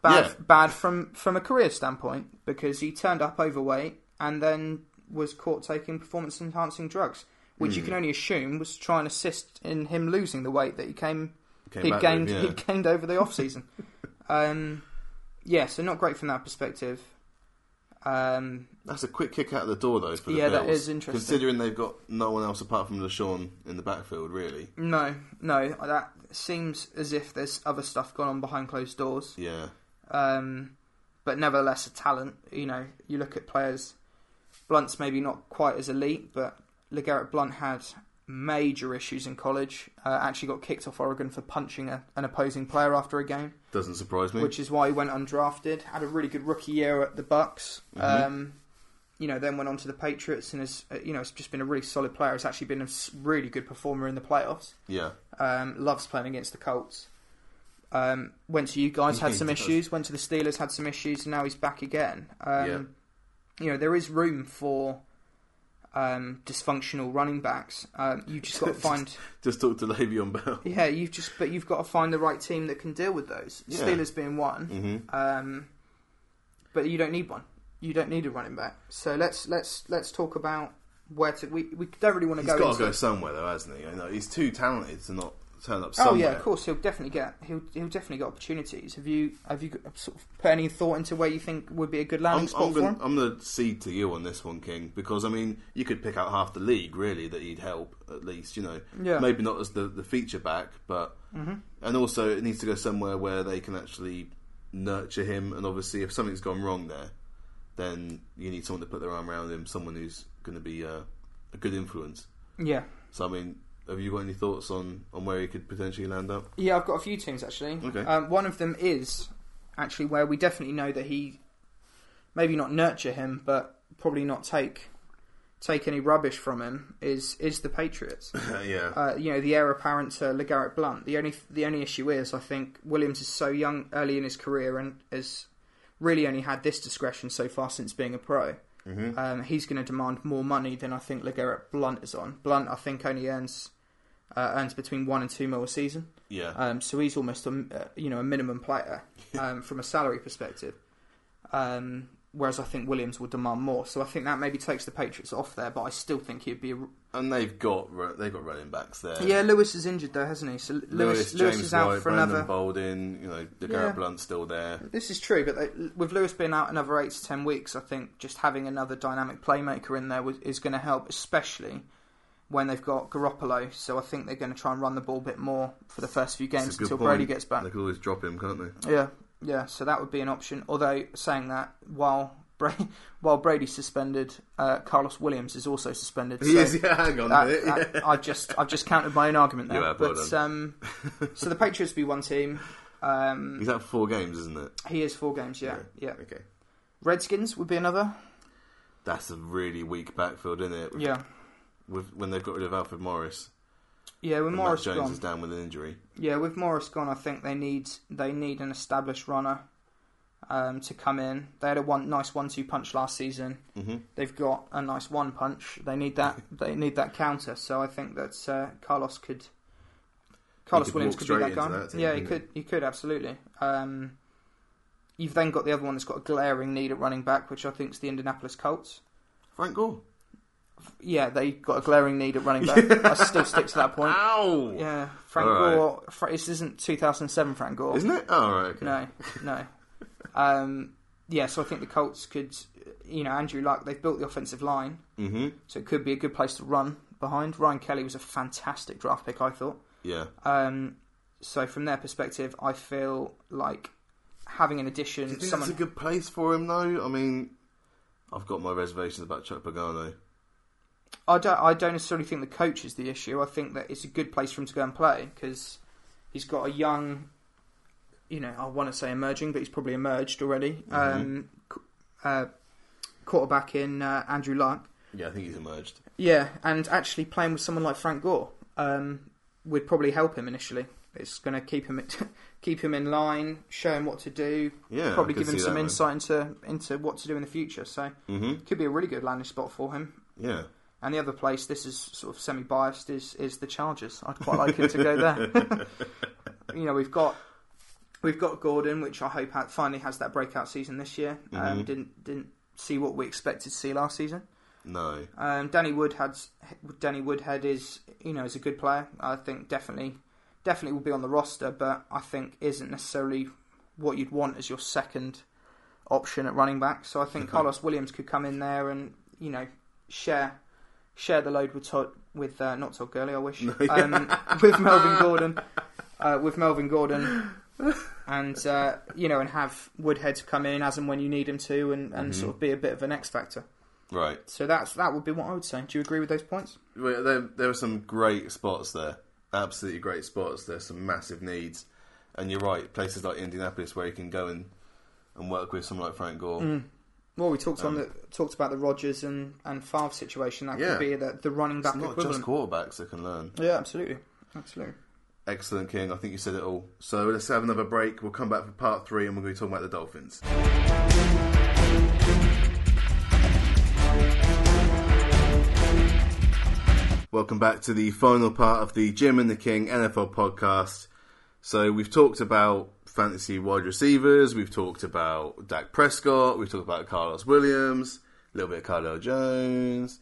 bad
Yeah.
bad from from a career standpoint because he turned up overweight and then was caught taking performance enhancing drugs which
Hmm.
you can only assume was to try and assist in him losing the weight that he came,
Came
he'd
back
gained
with, yeah.
he'd gained over the off season um yeah so not great from that perspective um
that's a quick kick out the door though. For the
Yeah,
Bills,
that is interesting.
Considering they've got no one else apart from LaShawn in the backfield, really.
no no that seems as if there's other stuff going on behind closed doors
Yeah,
um, but nevertheless a talent. You know, you look at players. Blunt's maybe not quite as elite, but Legarrette Blunt had major issues in college. Uh, actually, got kicked off Oregon for punching a, an opposing player after a game,
doesn't surprise me.
which is why he went undrafted. Had a really good rookie year at the Bucks.
Mhm.
Um, you know, then went on to the Patriots and has uh, you know has just been a really solid player. Has actually been a s- really good performer in the playoffs.
yeah,
Um, loves playing against the Colts. Um, went to you guys, had
He
some
does.
issues. Went to the Steelers, had some issues, and now he's back again. Um,
Yeah.
You know there is room for um, dysfunctional running backs. Um, you just got to find,
just talk to Le'Veon Bell.
yeah, you've just but you've got to find the right team that can deal with those.
Yeah.
Steelers being one,
hmm
um, but you don't need one. You don't need a running back. So let's let's let's talk about where to. We, we don't really want to
He's
go.
got to
into
go somewhere though, hasn't he? I know he's too talented to not turn up
Oh
somewhere.
yeah, of course he'll definitely get he'll he'll definitely get opportunities. Have you have you got- sort of put any thought into where you think would be a good landing
I'm,
spot
I'm
for
gonna,
him?
I'm gonna cede to you on this one, King, because I mean, you could pick out half the league really that he'd help at least. You know,
Yeah. Mm-hmm.
maybe not as the the feature back, but and also it needs to go somewhere where they can actually nurture him. And obviously, if something's gone wrong there, then you need someone to put their arm around him, someone who's going to be uh, a good influence.
Yeah,
So I mean, have you got any thoughts on on where he could potentially land up?
yeah, I've got a few teams actually.
Okay.
Um, one of them is actually where we definitely know that he maybe not nurture him, but probably not take take any rubbish from him is is the Patriots.
yeah,
uh, you know, the heir apparent to LeGarrette Blunt. The only the only issue is, I think Williams is so young, early in his career, and has really only had this discretion so far since being a pro. Um, he's going to demand more money than I think LeGarrette Blunt is on. Blunt, I think, only earns uh, earns between one and two mil a season.
Yeah.
Um, so he's almost a m- uh, you know a minimum player um, from a salary perspective. Um, whereas I think Williams will demand more. So I think that maybe takes the Patriots off there. But I still think he'd be. A...
and they've got ru- they've got running backs there.
Yeah, Lewis is injured though, hasn't he? So L- Lewis, Lewis,
Lewis, James
is out
White,
for
Brandon
another.
Bolden. You know, the
Yeah.
Garrett Blunt's still there.
This is true, but they, with Lewis being out another eight to ten weeks, I think just having another dynamic playmaker in there was, is going to help, especially when they've got Garoppolo. So I think they're going to try and run the ball a bit more for the first few games
It's a good
until
point.
Brady gets back.
They could always drop him, can't they?
Yeah, yeah. So that would be an option. Although saying that, while Bra- while Brady's suspended, uh, Carlos Williams is also suspended.
He
so
is. Yeah, hang on a
that-
minute.
that- Uh, I just I've just counted my own argument there.
You have, well
but um, so the Patriots will be one team.
yeah.
Um,
He's out for four games, isn't it?
he is four games. Yeah, yeah.
Okay.
Redskins would be another.
That's a really weak backfield, isn't it?
Yeah,
With, when they've got rid of Alfred Morris.
yeah. With
and
Morris
Matt Jones is
gone,
down with an injury.
yeah. With Morris gone, I think they need they need an established runner um, to come in. They had a one nice one-two punch last season.
hmm
they've got a nice one punch. They need that. They need that counter. So I think that uh, Carlos could. Carlos
could
Williams
walk
could be
straight
that
into
guy.
that team,
yeah, he
couldn't
could. He could absolutely. Um, you've then got the other one that's got a glaring need at running back, which I think is the Indianapolis Colts.
Frank Gore.
Yeah, they got a glaring need at running back. I still stick to that point.
Ow!
Yeah, Frank
All right.
Gore. Fra- this isn't 2007 Frank Gore.
Isn't it? Oh, right, okay.
No, no. um, yeah, so I think the Colts could. You know, Andrew Luck. They've built the offensive line.
hmm
So it could be a good place to run behind. Ryan Kelly was a fantastic draft pick, I thought.
Yeah.
Um, so from their perspective, I feel like having an
Do you
addition,
think
someone.
that's a good place for him, though? I mean, I've got my reservations about Chuck Pagano.
I don't. I don't necessarily think the coach is the issue. I think that it's a good place for him to go and play because he's got a young, you know, I want to say emerging, but he's probably emerged already.
Mm-hmm.
Um, qu- uh, quarterback in uh, Andrew Luck.
Yeah, I think he's emerged.
Yeah, and actually playing with someone like Frank Gore um, would probably help him initially. It's going to keep him keep him in line, show him what to do,
Yeah, I
probably
could
give him
see
some
that,
insight into into what to do in the future. So
hmm
it could be a really good landing spot for him.
Yeah.
And the other place, this is sort of semi biased, is is the Chargers. I'd quite like him to go there. you know, we've got we've got Gordon, which I hope ha- finally has that breakout season this year. Um,
Mhm.
didn't didn't see what we expected to see last season.
No.
Um, Danny Woodhead, Danny Woodhead is you know is a good player. I think definitely, definitely will be on the roster, but I think isn't necessarily what you'd want as your second option at running back. So I think
Okay.
Carlos Williams could come in there and you know share share the load with Todd with uh, not Todd Gurley, I wish um, with Melvin Gordon, uh, with Melvin Gordon. And uh, you know, and have Woodhead to come in as and when you need him to, and, and
Mhm.
sort of be a bit of an X factor.
Right.
So that's that would be what I would say. Do you agree with those points?
Well, there, there are some great spots there. Absolutely great spots. There's some massive needs, and you're right. Places like Indianapolis where you can go and, and work with someone like Frank Gore.
Mm. Well, we talked on
Um,
the, talked about the Rogers and and Favre situation. That
Yeah.
could be the, the running
It's
back
not just
equivalent.
quarterbacks that can learn.
yeah, absolutely, absolutely.
Excellent, King. I think you said it all. So let's have another break. We'll come back for part three, and we're going to be talking about the Dolphins. Welcome back to the final part of the Jim and the King NFL podcast. So we've talked about fantasy wide receivers, we've talked about Dak Prescott, we've talked about Carlos Williams, a little bit of Carlo Jones.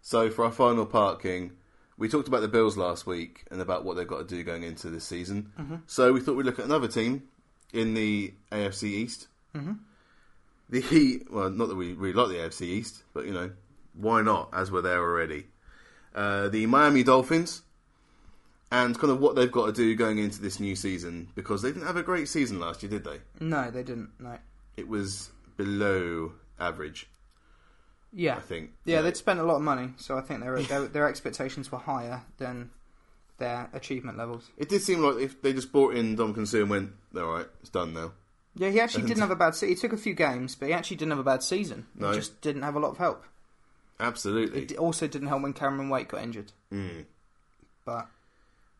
So for our final part, King, we talked about the Bills last week and about what they've got to do going into this season. So we thought we'd look at another team in the AFC East. The Heat, well, not that we really like the AFC East, but you know, why not, as we're there already. Uh, the Miami Dolphins and kind of what they've got to do going into this new season because they didn't have a great season last year, did they?
No, they didn't. No.
It was below average,
Yeah,
I think.
yeah.
You know,
They'd spent a lot of money, so I think their their, their expectations were higher than their achievement levels.
It did seem like if they just brought in Dom Sue and went, all right, it's done now.
Yeah, he actually didn't have a bad. se- He took a few games, but he actually didn't have a bad season.
No.
He just didn't have a lot of help.
Absolutely.
It d- also didn't help when Cameron Wake got injured.
Mm.
But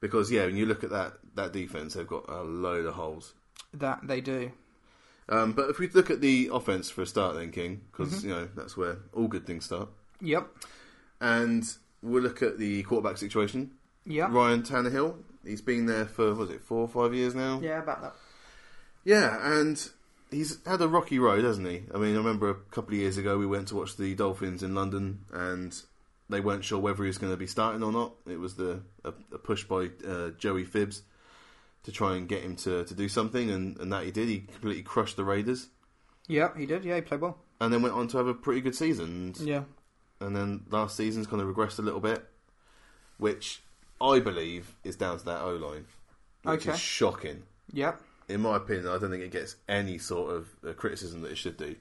Because, yeah, when you look at that, that defense, they've got a load of holes.
that they do.
Um, but if we look at the offense for a start, then, King, because,
Mm-hmm.
you know, that's where all good things start.
Yep.
And we'll look at the quarterback situation.
Yeah.
Ryan Tannehill. He's been there for what was it four or five years now.
Yeah, about that.
Yeah, and he's had a rocky road, hasn't he? I mean, I remember a couple of years ago we went to watch the Dolphins in London, and they weren't sure whether he was going to be starting or not. It was the a, a push by uh, Joey Phibbs to try and get him to, to do something, and, and that he did. He completely crushed the Raiders,
Yeah, he did. Yeah, he played well.
and then went on to have a pretty good season. And,
Yeah.
and then last season's kind of regressed a little bit, which I believe is down to that O line, which
Okay.
is shocking
Yeah.
in my opinion, I don't think it gets any sort of uh, criticism that it should do.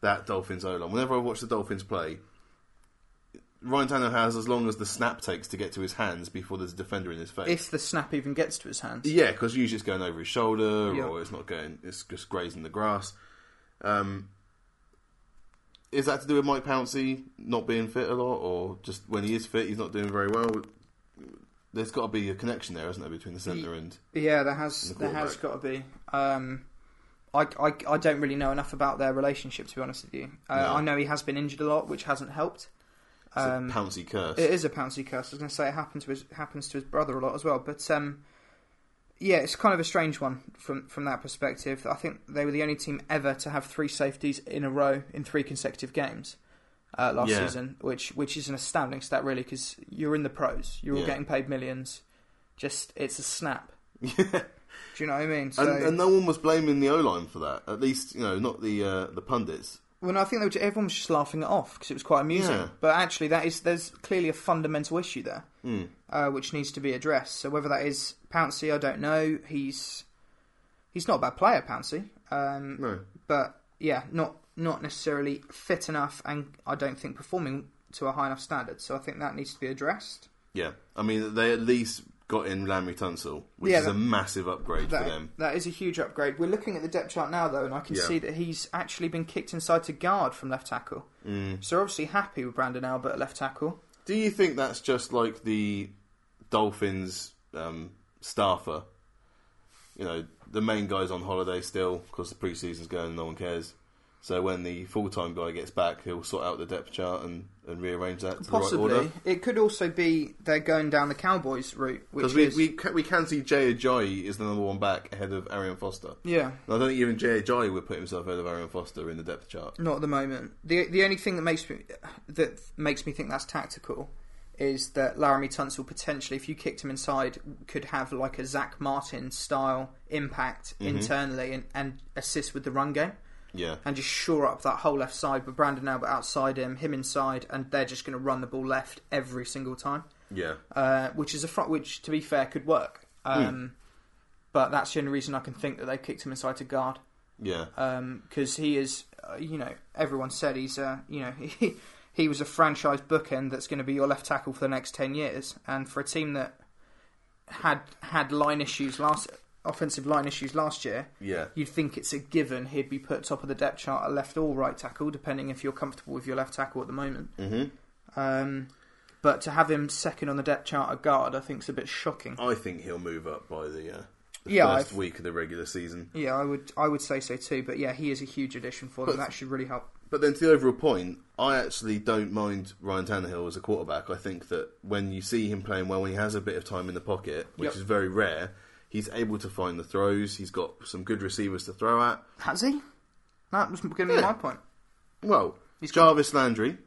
That Dolphins O line. Whenever I watch the Dolphins play, Ryan Tannehill has as long as the snap takes to get to his hands before there's a defender in his face.
If the snap even gets to his hands.
Yeah, because usually it's going over his shoulder,
Yeah.
or it's not going. It's just grazing the grass. Um, is that to do with Mike Pouncey not being fit a lot, or just when he is fit, he's not doing very well? There's got to be a connection there, isn't there, between the centre and
Yeah, there has
The
there has got
quarterback.
to be. Um, I, I I don't really know enough about their relationship to be honest with you. Uh,
No.
I know he has been injured a lot, which hasn't helped.
it's a
Um,
Pouncey curse?
It is a Pouncey curse. I was going to say it happened to his happens to his brother a lot as well, but um, yeah, it's kind of a strange one from from that perspective. I think they were the only team ever to have three safeties in a row in three consecutive games uh, last
Yeah.
season, which which is an astounding stat really because you're in the pros, you're all
Yeah.
getting paid millions. Just it's a snap.
Yeah.
Do you know what I mean? So,
And, and no one was blaming the O line for that. At least, you know, not the uh, the pundits.
well, no, I think they were, ju- everyone was just laughing it off because it was quite amusing.
Yeah.
But actually, that is there's clearly a fundamental issue there.
Mm.
uh, which needs to be addressed. So whether that is Pouncey, I don't know. He's he's not a bad player, Pouncey, um,
No,
but yeah, not not necessarily fit enough, and I don't think performing to a high enough standard. So I think that needs to be addressed.
yeah. I mean, they at least got in Lamry Tunsil, which
Yeah,
is
that-
a massive upgrade
That,
for them.
that is a huge upgrade. We're looking at the depth chart now, though, and I can
Yeah.
see that he's actually been kicked inside to guard from left tackle.
Mm.
So they're obviously happy with Brandon Albert at left tackle.
Do you think that's just like the Dolphins um, staffer? You know, the main guy's on holiday still because the preseason's going, no one cares. So when the full time guy gets back, he'll sort out the depth chart and, and rearrange that to the
Possibly,
right order.
it could also be they're going down the Cowboys route, which
Because we,
is
we, ca- we can see Jay Ajayi is the number one back ahead of Arian Foster.
yeah.
I don't think even Jay Ajayi would put himself ahead of Aaron Foster in the depth chart.
Not at the moment. the The only thing that makes me that makes me think that's tactical is that Laramie Tunsil potentially, if you kicked him inside, could have like a Zach Martin style impact internally and, and assist with the run game
Yeah,
and just shore up that whole left side. But Brandon Albert outside him, him inside, and they're just going to run the ball left every single time,
yeah,
uh, which is a front which, to be fair, could work. Um, But that's the only reason I can think that they kicked him inside to guard
yeah.
because um, he is, uh, you know, everyone said he's, uh, you know, he, he was a franchise bookend that's going to be your left tackle for the next ten years, and for a team that had had line issues last offensive line issues last year,
Yeah.
you'd think it's a given he'd be put top of the depth chart at left or right tackle, depending if you're comfortable with your left tackle at the moment.
Mhm.
Um, but to have him second on the depth chart at guard, I think is a bit shocking.
I think he'll move up by the, uh, the
Yeah,
1st
I've-
week of the regular season.
Yeah, I would I would say so too. But yeah, he is a huge addition for them. That should really help.
But then to the overall point, I actually don't mind Ryan Tannehill as a quarterback. I think that when you see him playing well, when he has a bit of time in the pocket, which
Yep.
is very rare, he's able to find the throws. He's got some good receivers to throw at.
Has he? That was going to be
Yeah.
my point.
Well,
He's got-
Jarvis Landry,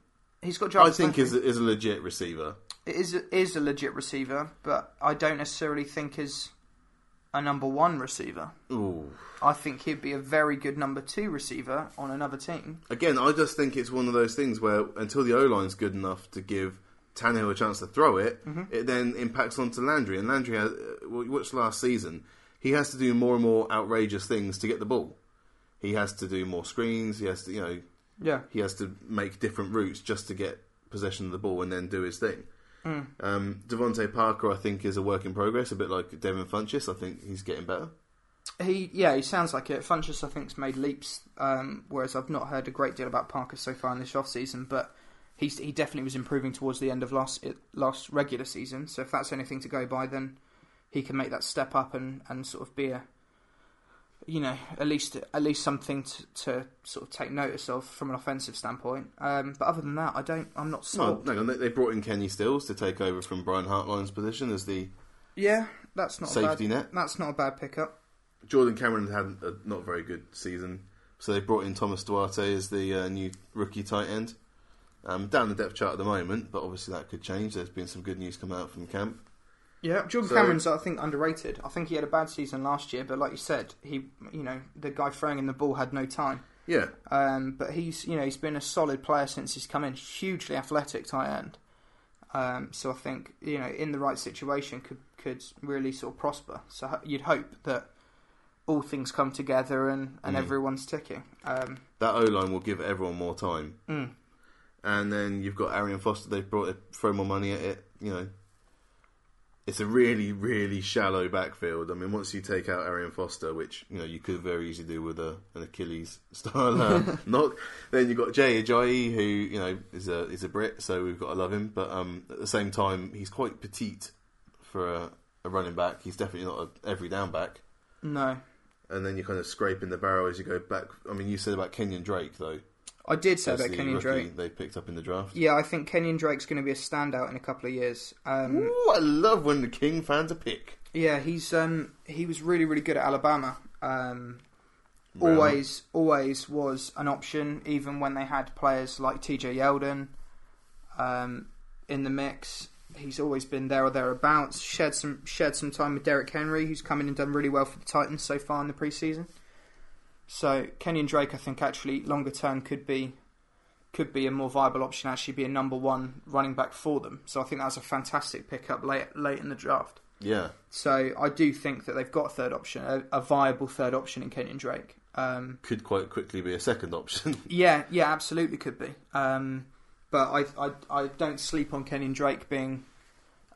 He's got
I
Jarvis.
think,
Landry.
is is a legit receiver.
It is is a legit receiver, but I don't necessarily think is a number one receiver.
Ooh.
I think he'd be a very good number two receiver on another team.
Again, I just think it's one of those things where until the O line's good enough to give Tannehill a chance to throw it,
Mm-hmm.
it then impacts onto Landry. And Landry, has, uh, well, you watched last season, he has to do more and more outrageous things to get the ball. He has to do more screens. He has to, you know,
Yeah,
he has to make different routes just to get possession of the ball and then do his thing.
Hmm.
Um, Devonte Parker, I think, is a work in progress, a bit like Devin Funchess. I think he's getting better.
he yeah he sounds like it. Funchess I think's made leaps, um, whereas I've not heard a great deal about Parker so far in this offseason, but. He's, he definitely was improving towards the end of last it, last regular season. So if that's anything to go by, then he can make that step up and, and sort of be a you know, at least at least something to, to sort of take notice of from an offensive standpoint. Um, but other than that, I don't. I'm not
Well,
sold.
hang on, they- they brought in Kenny Stills to take over from Brian Hartline's position as the
Yeah, that's not
safety
a bad,
net.
That's not a bad pickup.
Jordan Cameron had a not very good season, so they brought in Thomas Duarte as the uh, new rookie tight end. Um, down the depth chart at the moment, but obviously that could change. There's been some good news come out from camp.
Yeah, Jordan
So-
Cameron's I think underrated. I think he had a bad season last year, but like you said, he you know the guy throwing in the ball had no time.
Yeah,
Um, but he's you know he's been a solid player since he's come in, hugely athletic tight end. Um, so I think you know in the right situation could could really sort of prosper. So ho- you'd hope that all things come together and, and
Mm.
everyone's ticking. Um,
that O line will give everyone more time,
mm.
and then you've got Arian Foster. They've brought throw more money at it. You know, it's a really really shallow backfield. I mean, once you take out Arian Foster, which you know you could very easily do with a, an Achilles style uh, knock, then you've got Jay Ajayi, who you know is a is a Brit, so we've got to love him. But um, at the same time, he's quite petite for a, a running back. He's definitely not a every down back.
No,
And then you're kind of scraping the barrel as you go back. I mean, you said about Kenyon Drake though.
I did say
That's
about
the
Kenyon
rookie
Drake.
They picked up in the draft.
Yeah, I think Kenyon Drake's going to be a standout in a couple of years. Um,
Ooh, I love when the King fans a pick.
Yeah, he's um, he was really really good at Alabama. Um,
Brown.
always always was an option, even when they had players like T.J. Yeldon um, in the mix. He's always been there or thereabouts. Shared some shared some time with Derek Henry, who's come in and done really well for the Titans so far in the preseason. So Kenyon Drake, I think actually longer term could be could be a more viable option. Actually, be a number one running back for them. So I think that's a fantastic pickup late late in the draft.
Yeah.
So I do think that they've got a third option, a, a viable third option in Kenyon Drake. Um,
Could quite quickly be a second option.
yeah, yeah, absolutely could be. Um, but I, I, I don't sleep on Kenyon Drake being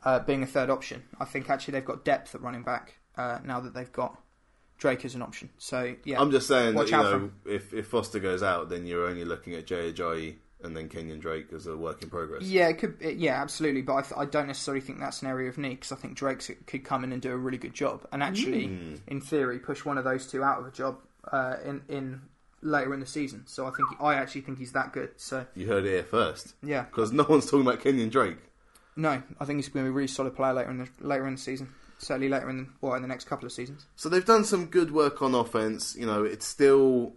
uh, being a third option. I think actually they've got depth at running back uh, now that they've got Drake as an option. So yeah,
I'm just saying
Watch
that you
out
know, if, if Foster goes out, then you're only looking at Jay Ajayi and then Kenyon Drake as a work in progress.
yeah, it could, it, yeah, absolutely. But I, th- I don't necessarily think that's an area of need because I think Drake could come in and do a really good job, and actually,
Mm.
in theory, push one of those two out of a job uh, in in later in the season. So I think I actually think he's that good. So
You heard it here first.
yeah,
Because no one's talking about Kenyon Drake.
no, I think he's going to be a really solid player later in the later in the season. Certainly later in the, well in the next couple of seasons.
So they've done some good work on offense. You know, it's still,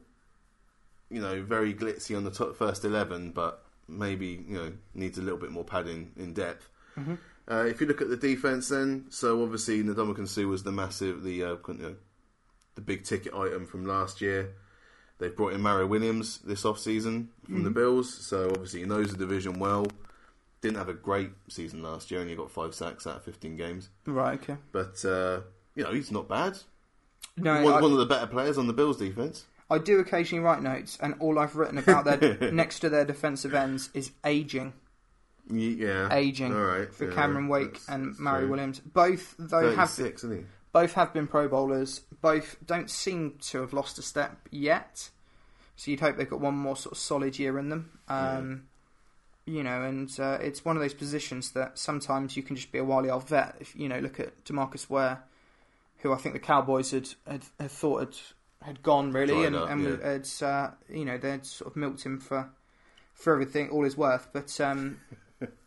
you know, very glitzy on the top first eleven, but maybe you know needs a little bit more padding in depth.
Mhm.
Uh, if you look at the defense, then so obviously Ndamukong Suh was the massive, the uh, you know, the big ticket item from last year. They brought in Mario Williams this offseason from the Bills, so obviously he knows the division well. Didn't have a great season last year, only got five sacks out of fifteen games,
Right. Okay.
but uh, you know he's not bad
No,
one,
I,
one of the better players on the Bills defense.
I do occasionally write notes, and all I've written about their next to their defensive ends is aging,
Yeah,
aging
All right,
for
yeah,
Cameron Wake
that's-
and
that's
Murray
fair.
Williams. Both though have
Thirty-six, isn't he?
Both have been Pro Bowlers. Both don't seem to have lost a step yet. So you'd hope they've got one more sort of solid year in them. Um, You know, and uh, it's one of those positions that sometimes you can just be a wily old vet. If you know, look at Demarcus Ware, who I think the Cowboys had had, had thought had had gone really,
Dried
and,
up,
and
yeah.
had uh, you know they'd sort of milked him for for everything, all his worth. But um,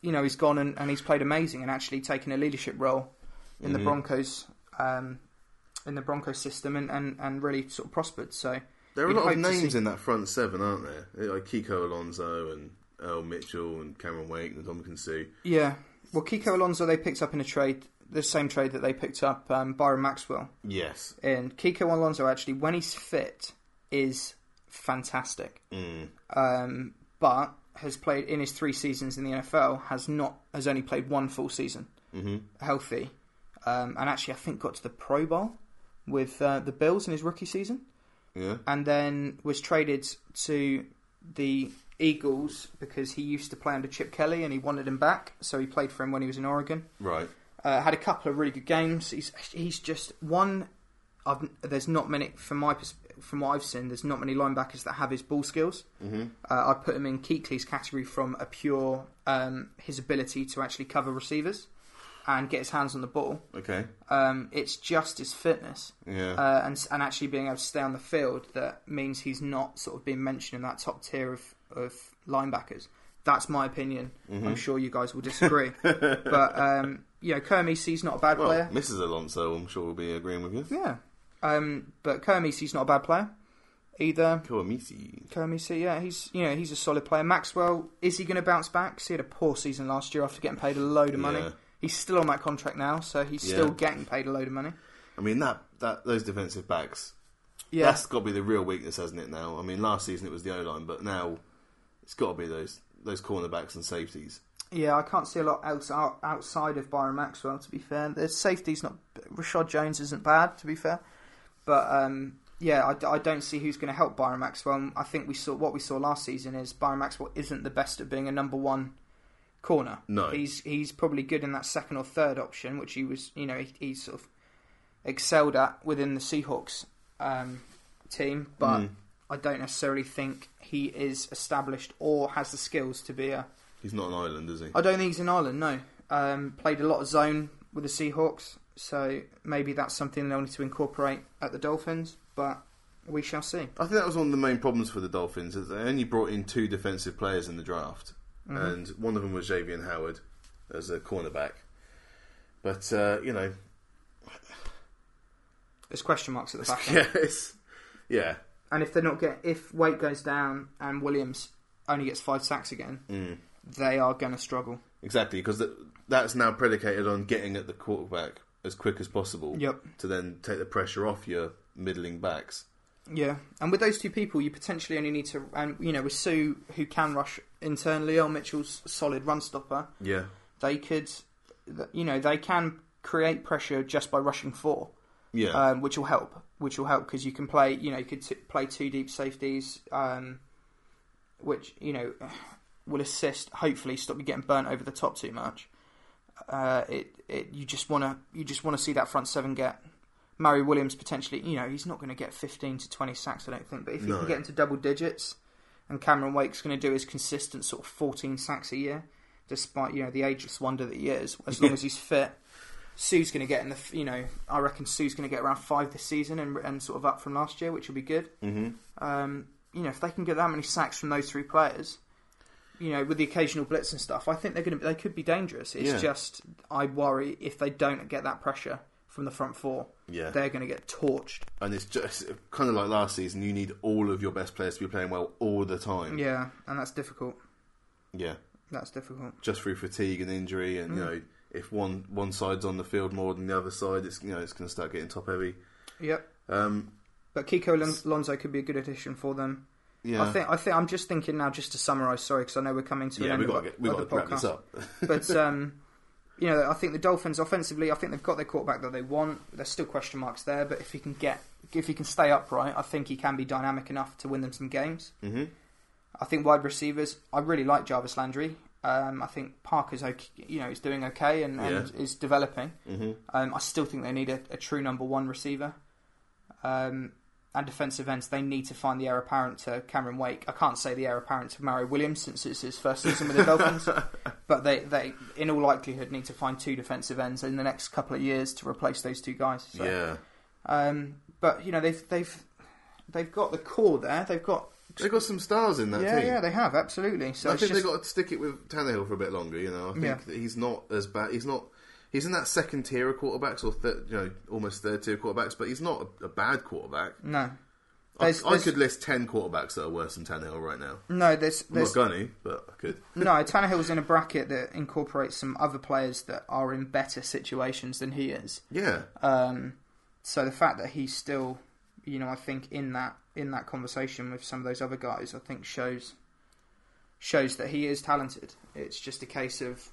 you know, he's gone and, and he's played amazing and actually taken a leadership role in the
Mhm.
Broncos um, in the Broncos system and, and, and really sort of prospered. So
There are a
You'd
lot of
hope to
names
see-
in that front seven, aren't there? Eh, Like Kiko Alonso and Earl Mitchell and Cameron Wake and Dominican Sue.
yeah, well, Kiko Alonso they picked up in a trade, the same trade that they picked up um, Byron Maxwell.
Yes.
And Kiko Alonso actually, when he's fit, is fantastic.
Mm.
Um, but has played in his three seasons in the NFL has not has only played one full season
hmm
healthy, um, and actually I think got to the Pro Bowl with uh, the Bills in his rookie season.
Yeah.
and then was traded to the Eagles because he used to play under Chip Kelly and he wanted him back, so he played for him when he was in Oregon.
Right.
Uh, had a couple of really good games. He's he's just one. I've, there's not many from my pers- from what I've seen. There's not many linebackers that have his ball skills.
hmm
Uh, I'd put him in Keekley's category from a pure um, his ability to actually cover receivers. and get his hands on the ball.
Okay.
Um, it's just his fitness
Yeah.
uh, and and actually being able to stay on the field that means he's not sort of being mentioned in that top tier of of linebackers. That's my opinion.
Mm-hmm.
I'm sure you guys will disagree, but um, you know, Kermessy's not a bad
well,
player.
Mrs. Alonso, I'm sure, will be agreeing with you.
Yeah, um, but Kermessy's not a bad player either.
Kawamisi.
Kermessy, yeah, he's you know he's a solid player. Maxwell, is he going to bounce back? 'Cause He had a poor season last year after getting paid a load of money.
Yeah.
He's still on that contract now, so he's
Yeah.
still getting paid a load of money.
I mean, that, that those defensive backs,
Yeah,
that's got to be the real weakness, hasn't it, now? I mean, last season it was the O line, but now it's got to be those those cornerbacks and safeties.
Yeah, I can't see a lot else out, outside of Byron Maxwell. To be fair, the safety's not. Rashad Jones isn't bad. To be fair, but um, yeah, I, d- I don't see who's going to help Byron Maxwell. And I think we saw what we saw last season is Byron Maxwell isn't the best at being a number one corner.
No.
he's he's probably good in that second or third option, which he was. You know, he, he sort of excelled at within the Seahawks um, team, but. I don't necessarily think he is established or has the skills to be a
He's not an island, is he?
I don't think he's in Ireland. No, um, played a lot of zone with the Seahawks, so maybe that's something they'll need to incorporate at the Dolphins. But we shall see.
I think that was one of the main problems for the Dolphins is they only brought in two defensive players in the draft, and one of them was Xavier Howard as a cornerback. But uh, you know,
There's question marks at the back, end.
yeah, it's, yeah,
and if they're not get if Wait goes down and Williams only gets five sacks again, they are going to struggle.
exactly because th- that's now predicated on getting at the quarterback as quick as possible.
Yep.
To then take the pressure off your middling backs.
Yeah, and with those two people, you potentially only need to, and you know, with Sue who can rush internally, or Mitchell's solid run stopper,
Yeah.
they could, th- you know, they can create pressure just by rushing four.
Yeah.
um, which will help. Which will help because you can play. You know, you could t- play two deep safeties, um, which you know will assist. Hopefully, stop you getting burnt over the top too much. Uh, it, it you just want to you just want to see that front seven get. Murray Williams potentially, you know, he's not going to get 15 to 20 sacks, I don't think, but if he
No.
can get into double digits, and Cameron Wake's going to do his consistent sort of 14 sacks a year, despite you know the ageless wonder that he is, as long as he's fit, Sue's going to get in the f- you know I reckon Sue's going to get around five this season and, and sort of up from last year, which will be good. Mm-hmm. Um, you know if they can get that many sacks from those three players, you know with the occasional blitz and stuff, I think they're going to they could be dangerous. It's
Yeah.
just I worry if they don't get that pressure from the front four,
Yeah.
they're going to get torched.
and it's just kind of like last season. You need all of your best players to be playing well all the time.
Yeah, and that's difficult.
Yeah.
That's difficult.
just through fatigue and injury, and
Mm.
you know if one one side's on the field more than the other side, it's you know it's going to start getting top heavy.
Yep.
Um,
But Kiko Lon- Lonzo could be a good addition for them.
yeah,
I think. I think. I'm just thinking now, just to summarise. Sorry, because I know we're coming to
yeah,
an
we
end
got
of,
to get, we got
of
to
the
wrap
podcast.
this up.
but um, you know, I think the Dolphins offensively, I think they've got their quarterback that they want. There's still question marks there, but if he can get, if he can stay upright, I think he can be dynamic enough to win them some games.
mm-hmm.
I think wide receivers. I really like Jarvis Landry. Um, I think Parker's okay, you know, is doing okay and, and is developing.
Mhm.
Um, I still think they need a, a true number one receiver. Um, and defensive ends, they need to find the heir apparent to Cameron Wake. I can't say the heir apparent to Mario Williams since it's his first season with the Dolphins, but they, they, in all likelihood, need to find two defensive ends in the next couple of years to replace those two guys. So.
Yeah,
Um, but you know they've they've they've got the core there. They've got
they've got some stars in that
yeah
team.
yeah they have absolutely. So
I
it's
think
just,
they've got to stick it with Tannehill for a bit longer. You know, I think
Yeah.
that he's not as bad. He's not. He's in that second tier of quarterbacks, or third, you know, almost third tier quarterbacks, but he's not a, a bad quarterback.
No.
I,
There's-
I
there's-
could list ten quarterbacks that are worse than Tannehill right now.
No, there's,
I'm not
there's
going to, but I could.
no Tannehill's in a bracket that incorporates some other players that are in better situations than he is.
Yeah,
Um, so the fact that he's still, you know, I think in that in that conversation with some of those other guys, I think shows shows that he is talented. It's just a case of,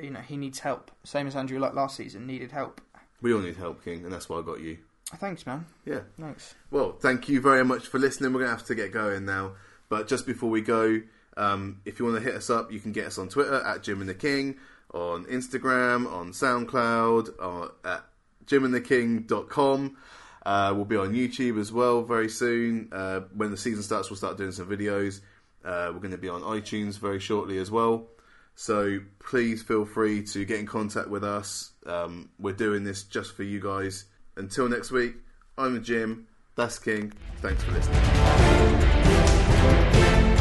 you know, he needs help. Same as Andrew Luck last season needed help.
we all need help, King, and that's why I got you.
Thanks, man.
Yeah.
Thanks.
Well, thank you very much for listening. We're going to have to get going now. But just before we go, um, if you want to hit us up, you can get us on Twitter at Jim and the King, on Instagram, on SoundCloud, or at jimandtheking.com. Uh, we'll be on YouTube as well very soon. Uh, when the season starts, we'll start doing some videos. Uh, we're going to be on iTunes very shortly as well. So please feel free to get in contact with us. Um, we're doing this just for you guys. Until next week, I'm Jim. That's King. Thanks for listening.